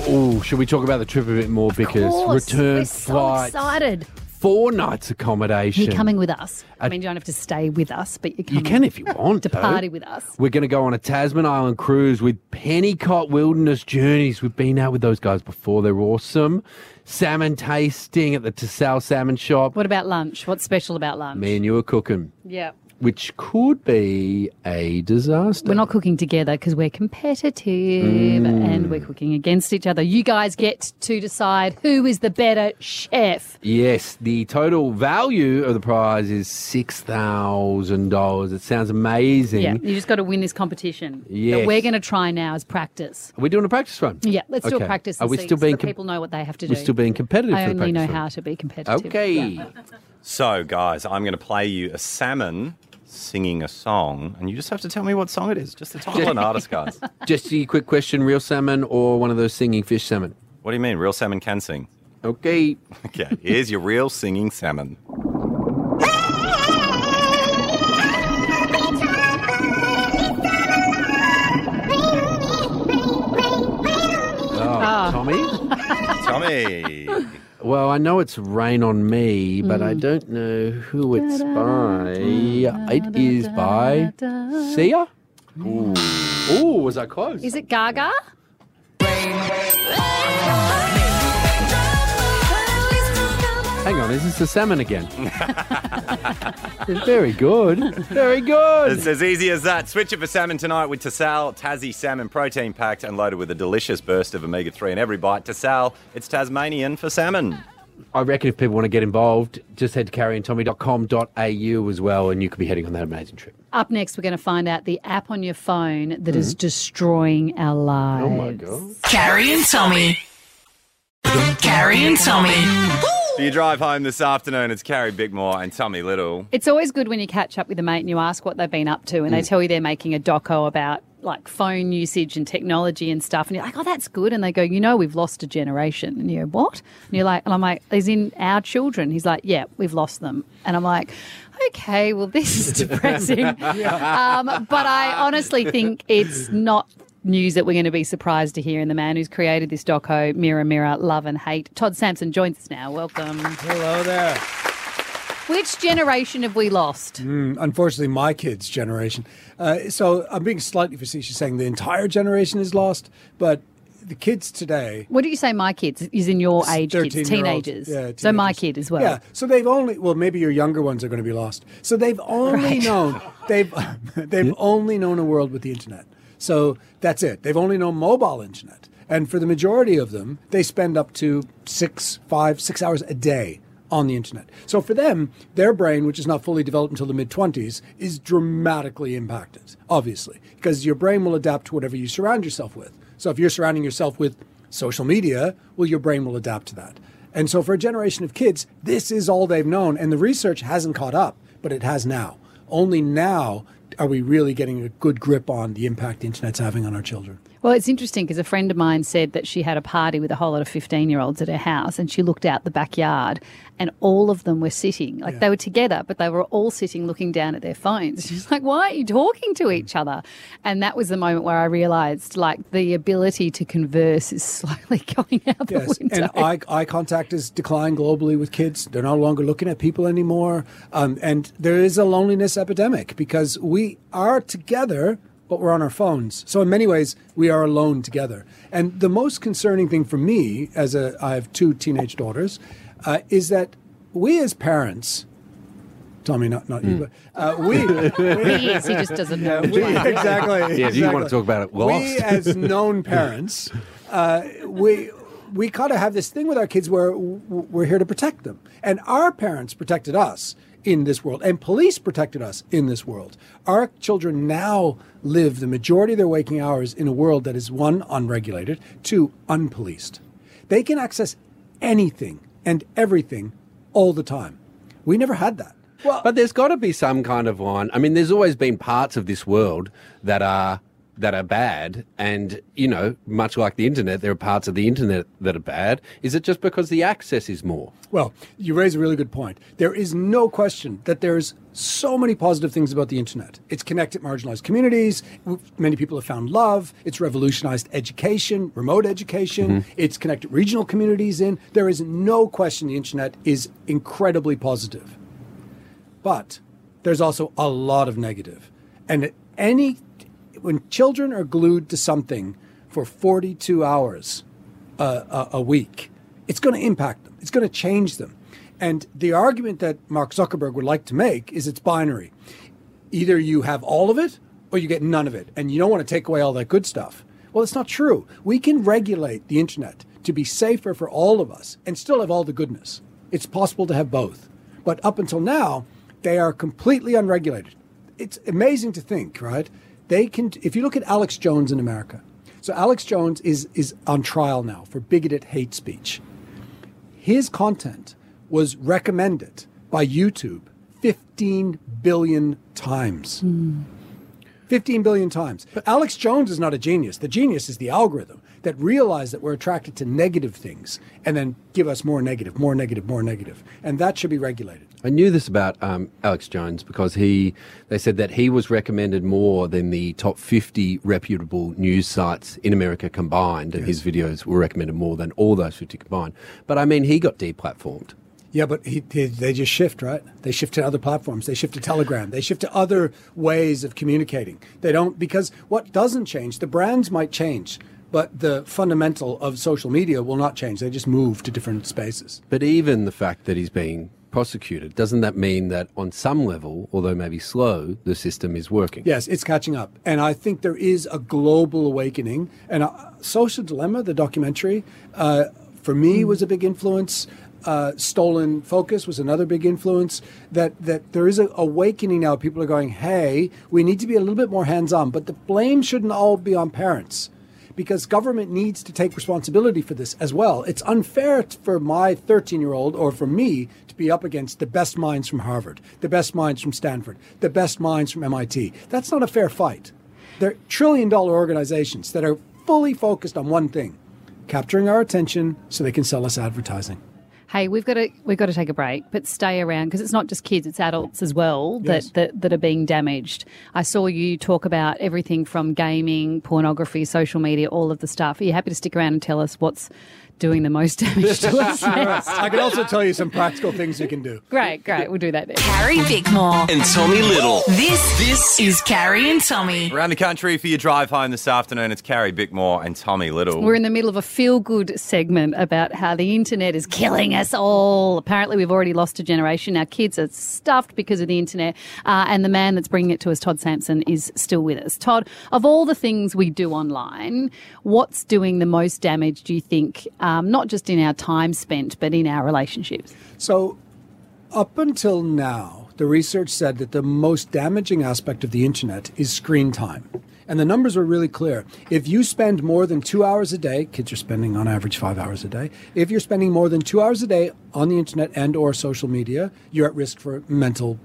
Oh, should we talk about the trip a bit more? Because
course,
return
we're so
flight,
excited.
four nights accommodation.
You're coming with us. I
A-
mean, you don't have to stay with us, but you're
You can
coming
if you want
to
though.
party with us.
We're going to go on a Tasman Island cruise with Pennycott Wilderness Journeys. We've been out with those guys before. They're awesome. Salmon tasting at the Tassal Salmon Shop.
What about lunch? What's special about lunch?
Me and you are cooking,
Yeah.
which could be a disaster.
We're not cooking together because we're competitive
Mm.
and we're cooking against each other. You guys get to decide who is the better chef.
Yes, the total value of the prize is $6,000. It sounds amazing.
Yeah, you just got to win this competition.
Yes.
That we're going to try now is practice.
Are we doing a practice run?
Yeah, let's do
Okay.
a practice.
Are
and
we
see,
still
so
being
the
com-
people know what they have to do?
we're still being competitive
I
for the
only know
practice
how to be competitive.
Okay.
Yeah.
So, guys, I'm going to play you a salmon singing a song, and you just have to tell me what song it is. Just the title and artist, guys.
Just a quick question real salmon or one of those singing fish salmon?
What do you mean? Real salmon can sing.
Okay.
Okay, here's your real singing salmon.
Oh,
Ah.
Tommy? Tommy.
Well, I know it's Rain on Me, but I
Mm.
don't know who it's by. It is by Sia? Ooh. Ooh, was I close?
Is it Gaga?
Hang on, is this the salmon again? Very good. Very good.
It's as easy as that. Switch it for salmon tonight with Tassal Tassie salmon, protein packed and loaded with a delicious burst of omega three in every bite. Tassal, it's Tasmanian for salmon.
I reckon if people want to get involved, just head to carryandtommy.com.au as well, and you could be heading on that amazing trip.
Up next, we're going to find out the app on your phone that is
Mhm.
destroying our lives.
Oh my God.
Carrie and Tommy. Carrie and Tommy.
For your drive home this afternoon, it's Carrie Bickmore and Tommy Little.
It's always good when you catch up with a mate and you ask what they've been up to, and they
Mm.
tell you they're making a doco about like phone usage and technology and stuff. And you're like, oh, that's good. And they go, you know, we've lost a generation. And you go, what? And you're like, and I'm like, as in our children. He's like, yeah, we've lost them. And I'm like, okay, well, this is depressing. um, but I honestly think it's not news that we're going to be surprised to hear. And the man who's created this doco, Mirror, Mirror, Love and Hate, Todd Sampson joins us now. Welcome.
Hello there.
Which generation have we lost?
Mm, unfortunately, my kids' generation. Uh, so I'm being slightly facetious saying the entire generation is lost, but the kids today.
What do you say, my kids? Is in your age, kids,
13-year-olds,
teenagers.
yeah,
So my kid as well.
Yeah, so they've only well, maybe your younger ones are going to be lost. So they've only
Right.
known they've they've only known a world with the internet. So that's it. They've only known mobile internet, and for the majority of them, they spend up to six, five, six hours a day on the internet. So for them, their brain, which is not fully developed until the mid twenties, is dramatically impacted. Obviously, because your brain will adapt to whatever you surround yourself with. So if you're surrounding yourself with social media, well, your brain will adapt to that. And so, for a generation of kids, this is all they've known. And the research hasn't caught up, but it has now. Only now are we really getting a good grip on the impact the internet's having on our children.
Well, it's interesting because a friend of mine said that she had a party with a whole lot of 15 year olds at her house and she looked out the backyard and all of them were sitting. Like they were together, but they were all sitting looking down at their phones. She's like, why aren't you talking to each other? And that was the moment where I realized like the ability to converse is slowly going out the
Yes,
window.
and eye, eye contact has declined globally with kids. They're no longer looking at people anymore, um, and there is a loneliness epidemic because we are together, but we're on our phones. So in many ways, we are alone together. And the most concerning thing for me, as a I have two teenage daughters, uh, is that we as parents. Tommy, not not you, but uh, we, we.
He is, he just doesn't know
Yeah, we-
why.
exactly.
Yeah, if you want
exactly.
to talk about it, we're
we
lost.
as known parents, uh, we we kind of have this thing with our kids where w- we're here to protect them, and our parents protected us in this world, and police protected us in this world. Our children now live the majority of their waking hours in a world that is one unregulated, two unpoliced. They can access anything and everything all the time. We never had that.
but there's got to be some kind of one. I mean, there's always been parts of this world that are that are bad, and you know, much like the internet, there are parts of the internet that are bad. Is it just because the access is more?
Well, you raise a really good point. There is no question that there's so many positive things about the internet. It's connected marginalized communities. W- Many people have found love. It's revolutionized education, remote education.
Mhm.
It's connected regional communities in. There is no question the internet is incredibly positive. But there's also a lot of negative. And any when children are glued to something for 42 hours uh, a, a week, it's going to impact them. It's going to change them. And the argument that Mark Zuckerberg would like to make is it's binary. Either you have all of it or you get none of it, and you don't want to take away all that good stuff. Well, it's not true. We can regulate the internet to be safer for all of us and still have all the goodness. It's possible to have both. But up until now, they are completely unregulated. It's amazing to think, right? They can if you look at Alex Jones in America. So Alex Jones is is on trial now for bigoted hate speech. His content was recommended by YouTube 15 billion times. 15 billion times. But Alex Jones is not a genius. The genius is the algorithm that realize that we're attracted to negative things and then give us more negative, more negative, more negative. And that should be regulated.
I knew this about um, Alex Jones because he, they said that he was recommended more than the top 50 reputable news sites in America combined, and his videos were recommended more than all those 50 combined. But I mean, he got deplatformed.
Yeah, but he, he, they just shift, right? They shift to other platforms. They shift to Telegram. They shift to other ways of communicating. They don't, because what doesn't change, the brands might change, but the fundamental of social media will not change. They just move to different spaces.
But even the fact that he's being prosecuted, doesn't that mean that on some level, although maybe slow, the system is working?
Yes, it's catching up. And I think there is a global awakening. And uh, Social Dilemma, the documentary, uh, for me was a big influence. Uh, Stolen Focus was another big influence. That, that there is an awakening now. People are going, hey, we need to be a little bit more hands on, but the blame shouldn't all be on parents because government needs to take responsibility for this as well. It's unfair t- for my 13 year old or for me to be up against the best minds from Harvard, the best minds from Stanford, the best minds from MIT. That's not a fair fight. They're trillion dollar organizations that are fully focused on one thing capturing our attention so they can sell us advertising.
Hey, we've got to we've got to take a break, but stay around because it's not just kids; it's adults as well that,
Yes.
that that are being damaged. I saw you talk about everything from gaming, pornography, social media, all of the stuff. Are you happy to stick around and tell us what's doing the most damage to us? next?
I can also tell you some practical things you can do.
great, great. We'll do that then.
Carrie Bickmore.
And Tommy Little.
This this is Carrie and Tommy.
Around the country for your drive home this afternoon, it's Carrie Bickmore and Tommy Little.
We're in the middle of a feel good segment about how the internet is killing us all. Apparently, we've already lost a generation. Our kids are stuffed because of the internet. Uh, and the man that's bringing it to us, Todd Sampson, is still with us. Todd, of all the things we do online, what's doing the most damage, do you think, um, not just in our time spent, but in our relationships?
So, up until now, the research said that the most damaging aspect of the internet is screen time. And the numbers were really clear. If you spend more than two hours a day, kids are spending on average five hours a day. If you're spending more than two hours a day on the internet and or social media, you're at risk for mental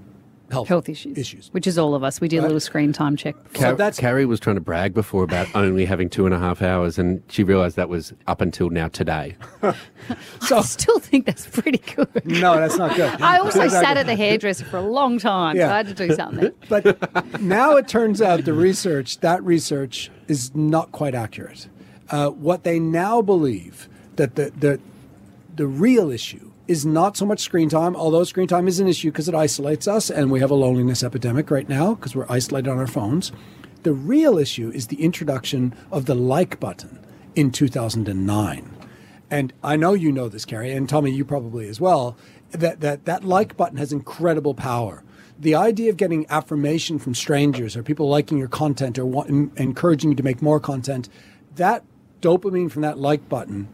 health,
issues. Which is all of us. We did a little screen time check.
Car- Carrie was trying to brag before about only having two and a half hours, and she realised that was up until now today.
I still think that's pretty good.
No, that's not good.
I also
That's not
sat
good.
at the hairdresser for a long time, so I had to do something.
but now it turns out the research, that research is not quite accurate. Uh, what they now believe that the, the the real issue is not so much screen time, although screen time is an issue because it isolates us and we have a loneliness epidemic right now because we're isolated on our phones. The real issue is the introduction of the like button in 2009. And I know you know this, Carrie, and Tommy, you probably as well, that, that that like button has incredible power. The idea of getting affirmation from strangers or people liking your content or wa- en- encouraging you to make more content, that dopamine from that like button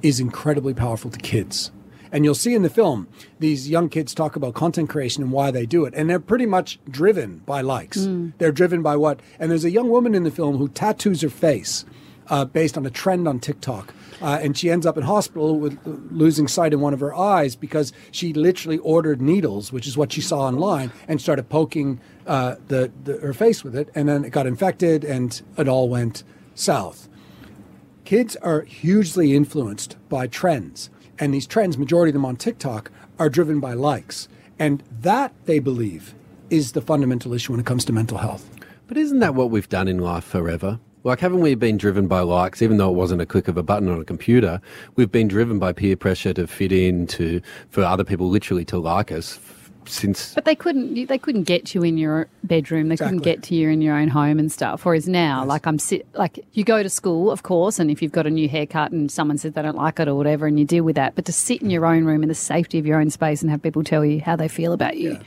is incredibly powerful to kids. And you'll see in the film, these young kids talk about content creation and why they do it. And they're pretty much driven by likes.
Mm.
They're driven by what? And there's a young woman in the film who tattoos her face uh, based on a trend on TikTok. Uh, and she ends up in hospital with losing sight in one of her eyes because she literally ordered needles, which is what she saw online, and started poking uh, the, the, her face with it. And then it got infected and it all went south kids are hugely influenced by trends and these trends majority of them on tiktok are driven by likes and that they believe is the fundamental issue when it comes to mental health
But isn't that what we've done in life forever? Like, haven't we been driven by likes, even though it wasn't a click of a button on a computer? We've been driven by peer pressure to fit in, to, for other people literally to like us f- since.
But they couldn't. you- They couldn't get you in your bedroom. They couldn't
Exactly.
get to you in your own home and stuff. Whereas now, like I'm sit, like you go to school, of course, and if you've got a new haircut and someone says they don't like it or whatever, and you deal with that. But to sit in your own room in the safety of your own space and have people tell you how they feel about you.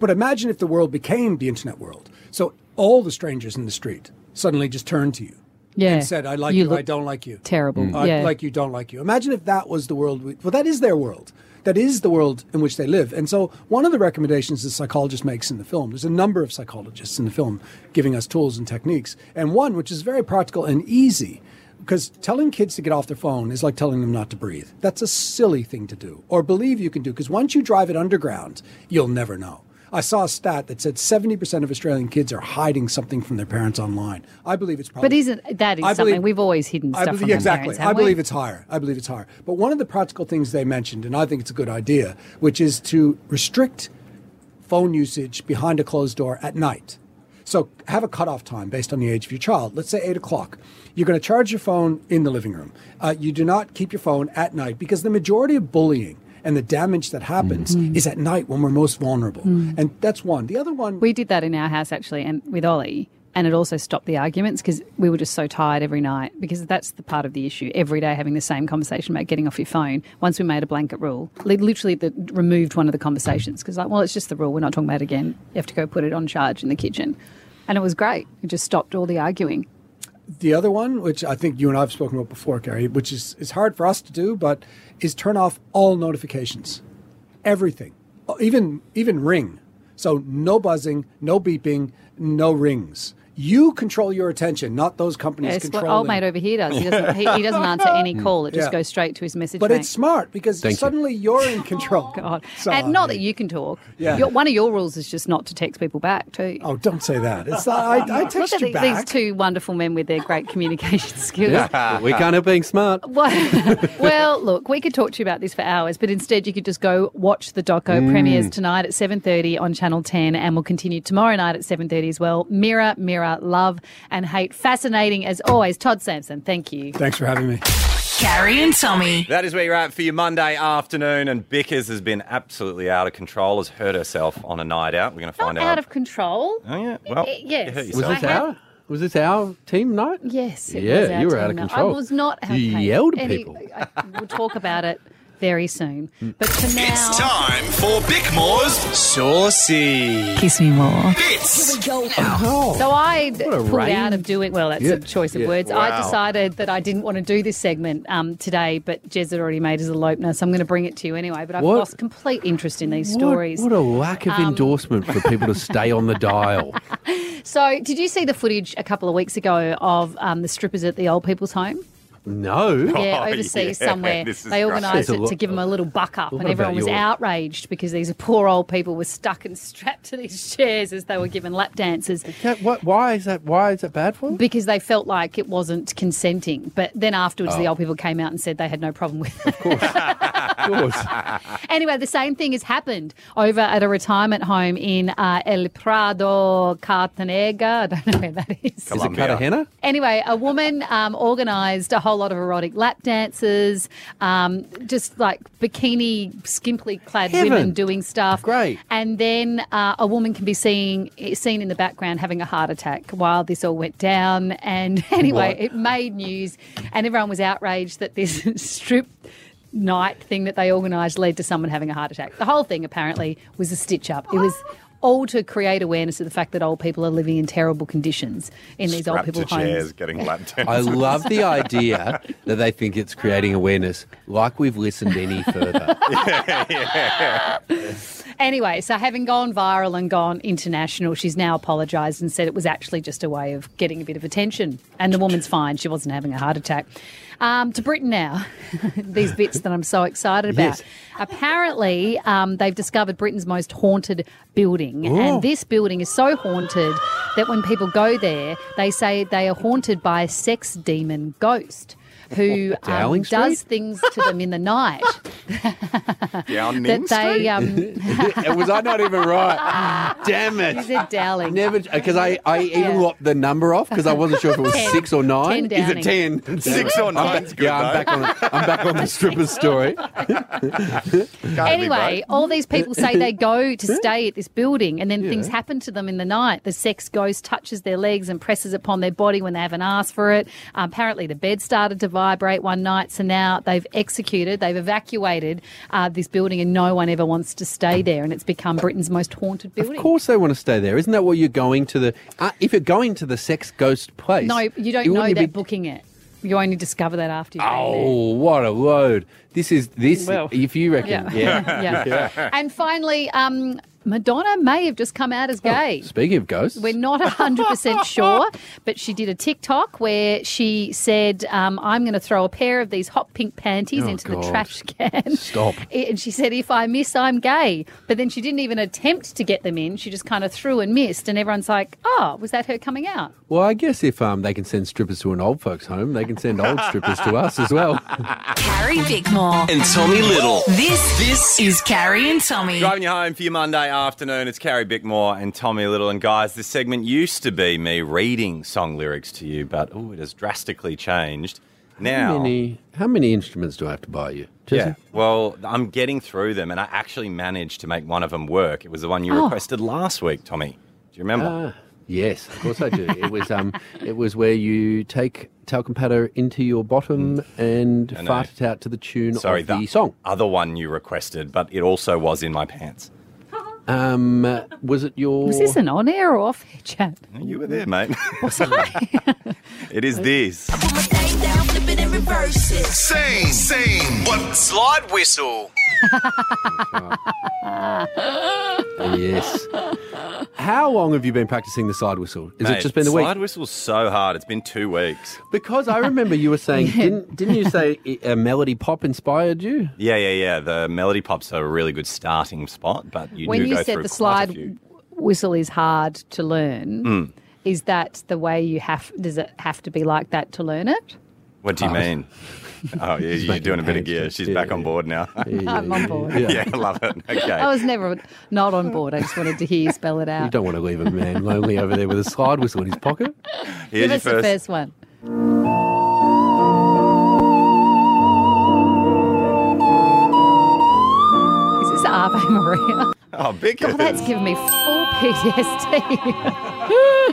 but imagine if the world became the internet world so all the strangers in the street suddenly just turned to you
Yeah.
and said i like
You
you,
look
i don't like you
terrible.
Mm.
i
Yeah.
like you don't like you imagine if that was the world we, well that is their world that is the world in which they live and so one of the recommendations the psychologist makes in the film there's a number of psychologists in the film giving us tools and techniques and one which is very practical and easy because telling kids to get off their phone is like telling them not to breathe that's a silly thing to do or believe you can do because once you drive it underground you'll never know I saw a stat that said 70% of Australian kids are hiding something from their parents online. I believe it's probably.
But isn't that is
I
something
believe-
we've always hidden
I
stuff
believe,
from our
exactly.
parents?
I
haven't we?
believe it's higher. I believe it's higher. But one of the practical things they mentioned, and I think it's a good idea, which is to restrict phone usage behind a closed door at night. So have a cutoff time based on the age of your child. Let's say eight o'clock. You're going to charge your phone in the living room. Uh, you do not keep your phone at night because the majority of bullying and the damage that happens is at night when we're most vulnerable.
Mm-hmm. Mm.
And that's one. The other one.
We did that in our house actually, and with Ollie, and it also stopped the arguments because we were just so tired every night. Because that's the part of the issue every day having the same conversation about getting off your phone. Once we made a blanket rule, li- literally the, removed one of the conversations because like, well, it's just the rule. We're not talking about it again. You have to go put it on charge in the kitchen, and it was great. It just stopped all the arguing.
the other one, which I think you and I have spoken about before, Gary, which is, is hard for us to do, but is turn off all notifications, everything, Oh, even even ring. So no buzzing, no beeping, no rings. You control your attention, not those companies
It's what
controlling.
old mate over here does. He doesn't, he, he doesn't answer any call. It just
Yeah.
goes straight to his message.
But
bank.
it's smart because
Thank you.
suddenly you. are in control.
Oh, God. And not that you can talk.
Yeah.
Your, one of your rules is just not to text people back too.
Oh, don't say that. It's not, I, I
Look
text
at
you
the-
back.
these two wonderful men with their great communication skills.
Yeah, we can't help being smart.
Well, well, look, we could talk to you about this for hours, but instead you could just go watch the doco
Mm.
premieres tonight at 7.30 on Channel 10 and we'll continue tomorrow night at 7.30 as well. Mirror, Mirror, Love and Hate. Fascinating as always. Todd Sampson, thank you.
Thanks for having me.
Carrie and Tommy.
That is where you're at for your Monday afternoon, and Bickers has been absolutely out of control, has hurt herself on a night out. We're going to find
Out of control.
Oh, yeah. Well,
Y- yes.
you hurt
Was
Was
yourself.
this our? Was this our team night?
Yes. it was
Yeah,
our
you were out of
team.
control.
I was not.
You yelled at
Any-
people.
I, we'll talk about it very soon. But for now,
It's time for Bickmore's Saucy.
Kiss me more.
Bits. Here we go
so I d-
What a
pulled out
range.
of doing. Well, that's
Yeah,
a choice of
yeah.
words. I
Wow.
decided that I didn't want to do this segment um, today, but Jez had already made his elopement, so I'm going to bring it to you anyway. But I've
What?
lost complete interest in these
What-
stories.
What, a lack of
Um,
endorsement for people to stay on the dial.
So, did you see the footage a couple of weeks ago of um, the strippers at the old people's home?
No.
Oh, Yeah, overseas somewhere. They organised it to give them a little buck up,
What
and everyone
about
was
your-
outraged because these poor old people were stuck and strapped to these chairs as they were given lap dances.
What, why is that? Why is that bad for? Them?
Because they felt like it wasn't consenting. But then afterwards, the
Oh.
old people came out and said they had no problem with it.
course.
Anyway, the same thing has happened over at a retirement home in uh, El Prado, Cartanega. I don't know where that is.
Is it Cartagena?
Anyway, a woman um, organised a whole lot of erotic lap dances, um, just like bikini, skimply clad
Heaven.
women doing stuff.
Great.
And then uh, a woman can be seen seen in the background having a heart attack while this all went down. And anyway,
What?
it made news, and everyone was outraged that this strip night thing that they organised led to someone having a heart attack. The whole thing apparently was a stitch up. It was. All to create awareness of the fact that old people are living in terrible conditions in these old
Strapped
people
to
homes.
chairs, getting lap dances.
I love the idea that they think it's creating awareness, like we've listened any further.
Anyway, so having gone viral and gone international, she's now apologised and said it was actually just a way of getting a bit of attention. And the woman's fine; she wasn't having a heart attack. Um, to Britain now, these bits that I'm so excited about.
Yes.
Apparently, um, they've discovered Britain's most haunted building,
Ooh.
and this building is so haunted that when people go there, they say they are haunted by a sex demon ghost who um,
Dowling Street?
does things to them in the night.
Down
That they, um,
Was I not even right? Damn it!
Is it Dowling?
Never, because Uh, I, I even lopped the number off because I wasn't sure if it was
Ten.
six or nine.
Ten
Is it
Downing.
ten?
Six or
I'm ba-
nine's good,
yeah, I'm back on. the- I'm back on the stripper story.
anyway, all these people say they go to stay at this building and then things happen to them in the night. The sex ghost touches their legs and presses upon their body when they haven't asked for it. Um, apparently, the bed started to vibrate one night, so now they've executed, they've evacuated uh, this building, and no one ever wants to stay there. And it's become Britain's most haunted building.
Of course, they want to stay there. Isn't that what you're going to the? Uh, if you're going to the sex ghost place,
No, you
it
don't know
wouldn't
they're
be-
booking it. You only discover that after you.
Oh, what a load! This is this.
Well.
if you reckon,
Yeah.
yeah,
Yeah. And finally, um, Madonna may have just come
Oh,
out as gay.
Speaking of ghosts,
We're not 100% sure, but she did a TikTok where she said, um, I'm going to throw a pair of these hot pink panties
Oh,
into
God.
the trash can.
stop.
And she said, If I miss, I'm gay. But then she didn't even attempt to get them in. She just kind of threw and missed. And everyone's like, Oh, was that her coming out?
Well, I guess if um, they can send strippers to an old folks' home, they can send old strippers to us as well.
Carrie Bickmore.
And Tommy Little.
This this is Carrie and Tommy.
Driving you home for your Monday afternoon, it's Carrie Bickmore and Tommy Little. And guys, this segment used to be me reading song lyrics to you, but oh, it has drastically changed. Now,
how many, how many instruments do I have to buy you?
yeah, well, I'm getting through them, and I actually managed to make one of them work. It was the one you
Oh.
requested last week, Tommy. Do you remember?
Ah, yes, of course I do. it was um, it was where you take talcum powder into your bottom and
Mm. I know.
fart it out to the tune
Sorry,
of the, song.
Other one you requested, but it also was in my pants.
Um, uh, was it your?
Was this an on air or off air chat?
Oh. You were there, mate.
Was I?
it is this.
Same, same, but slide whistle.
Oh, yes. How long have you been practicing the side whistle? Has it
Mate,
just been a
Slide
week?
whistle's so hard. It's been two weeks.
Because I remember you were saying, didn't, didn't you say i- a melody pop inspired you?
Yeah, yeah, yeah. The melody pops are a really good starting spot, but you
when
do
you
go
said
through
the
quite a
slide
few.
whistle is hard to learn,
Mm.
is that the way you have? Does it have to be like that to learn it?
What
Ah.
do you mean? Oh, yeah, you're doing a bit of gear. She's back on board now.
I'm on board.
Yeah, I love it. Okay.
Oh,
I was never not on board. I just wanted to hear you spell it
You
out.
don't want to leave a man lonely over there with a slide whistle in his pocket.
Here's
Give us the first one. Is this Ave Maria?
Oh, big.
God, that's given me full PTSD.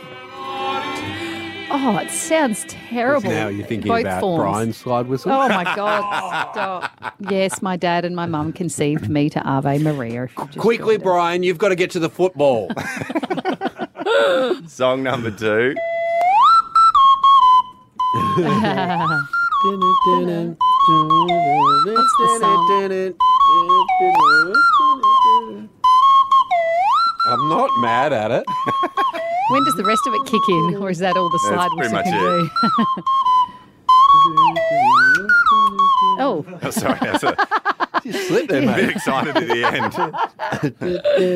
oh, it sounds terrible.
Now you're thinking
Both
about
forms.
Brian's slide whistle.
Oh my God! Stop. Yes, my dad and my mum conceived me to Ave Maria. If you just
Quickly, Brian, you've got to get to the football.
Song number two.
I'm not mad at it.
When does the rest of it kick in, or is that all the
That's
slide
pretty
whistle
much
can
it.
do? Oh.
Oh, sorry, that's a,
slip there,
a bit
mate.
excited at the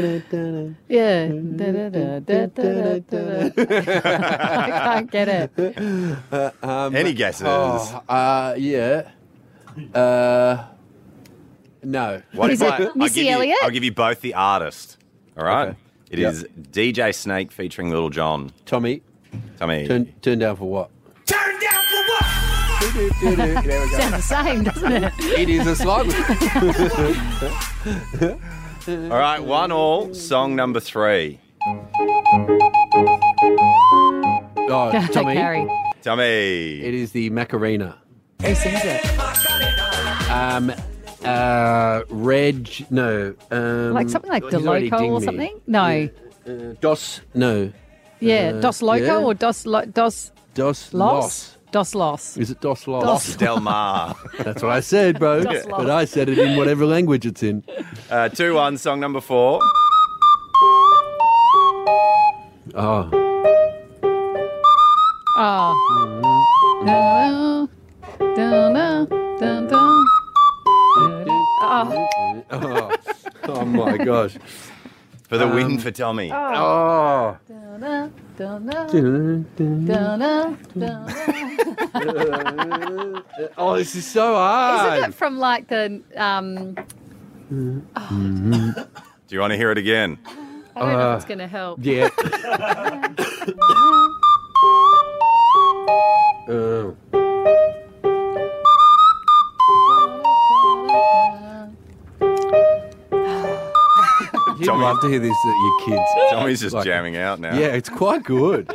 end.
Yeah. I can't get it.
Uh, um,
Any guesses?
oh, uh, yeah. Uh, no.
What if I, I'll
Missy
give you-
Elliott?
I'll give you both the artist. All right. It
Yep.
is DJ Snake featuring Little John.
Tommy.
Tommy.
Turn, turn down for what?
There
we go.
Sounds the same, doesn't it?
It is a slide
All right, one all. Song number three.
Oh, Tommy.
Carrie.
Tommy.
It is the Macarena.
Who sings it?
Um, uh, Reg, no. Um,
Like something like
he's already
Deloco
dinged
or
me.
something? No. Yeah,
Uh, Dos, no. Uh,
Dos Loco
yeah.
or Dos Lo- Dos
Dos
Los?
Los.
Dos Los.
Is it Dos Los?
Dos
Del Mar.
That's what I said, bro.
Dos Los.
but I said it in whatever language it's in.
Uh, 2 1, song number four.
Oh,
Oh. Dun, dun, dun, dun, dun. Oh.
oh, oh my gosh.
For the win
Um,
for Tommy.
Oh.
Dun, dun, dun,
oh,
dun, dun, dun.
oh, this is so hard.
Isn't it from like the um
Mm-hmm. Do you want to hear it again?
I don't know
Uh,
if it's gonna help.
yeah.
Oh.
아.
You'd
Tommy-
love to hear this at your kids.
Tommy's just
Like-
jamming out now.
Yeah, it's quite good.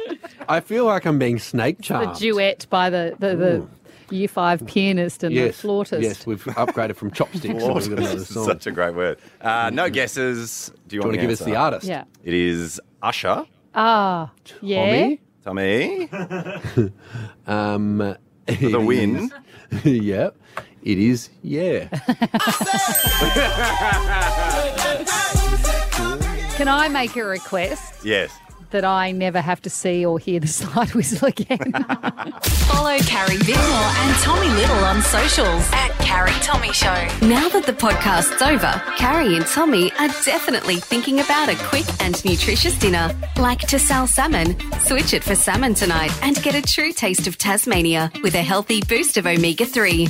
I feel like I'm being snake
the
charmed.
duet by the, the, the year five pianist and the flautist.
Yes, we've upgraded from chopsticks. and we've got another
Flautist is
song.
Such a great word. Uh, no guesses. Do
Do
you,
you
want
wanna give us the
answer?
artist?
Yeah.
It is Usher.
Ah, yeah.
Tommy? Eh?
Tommy.
um, For
the win.
yeah, it is. Yeah.
Can I make a request
Yes.
that I never have to see or hear the slide whistle again?
Follow Carrie Bigmore and Tommy Little on socials at Carrie Tommy Show. Now that the podcast's over, Carrie and Tommy are definitely thinking about a quick and nutritious dinner. Like to sell salmon? Switch it for salmon tonight and get a true taste of Tasmania with a healthy boost of omega 3.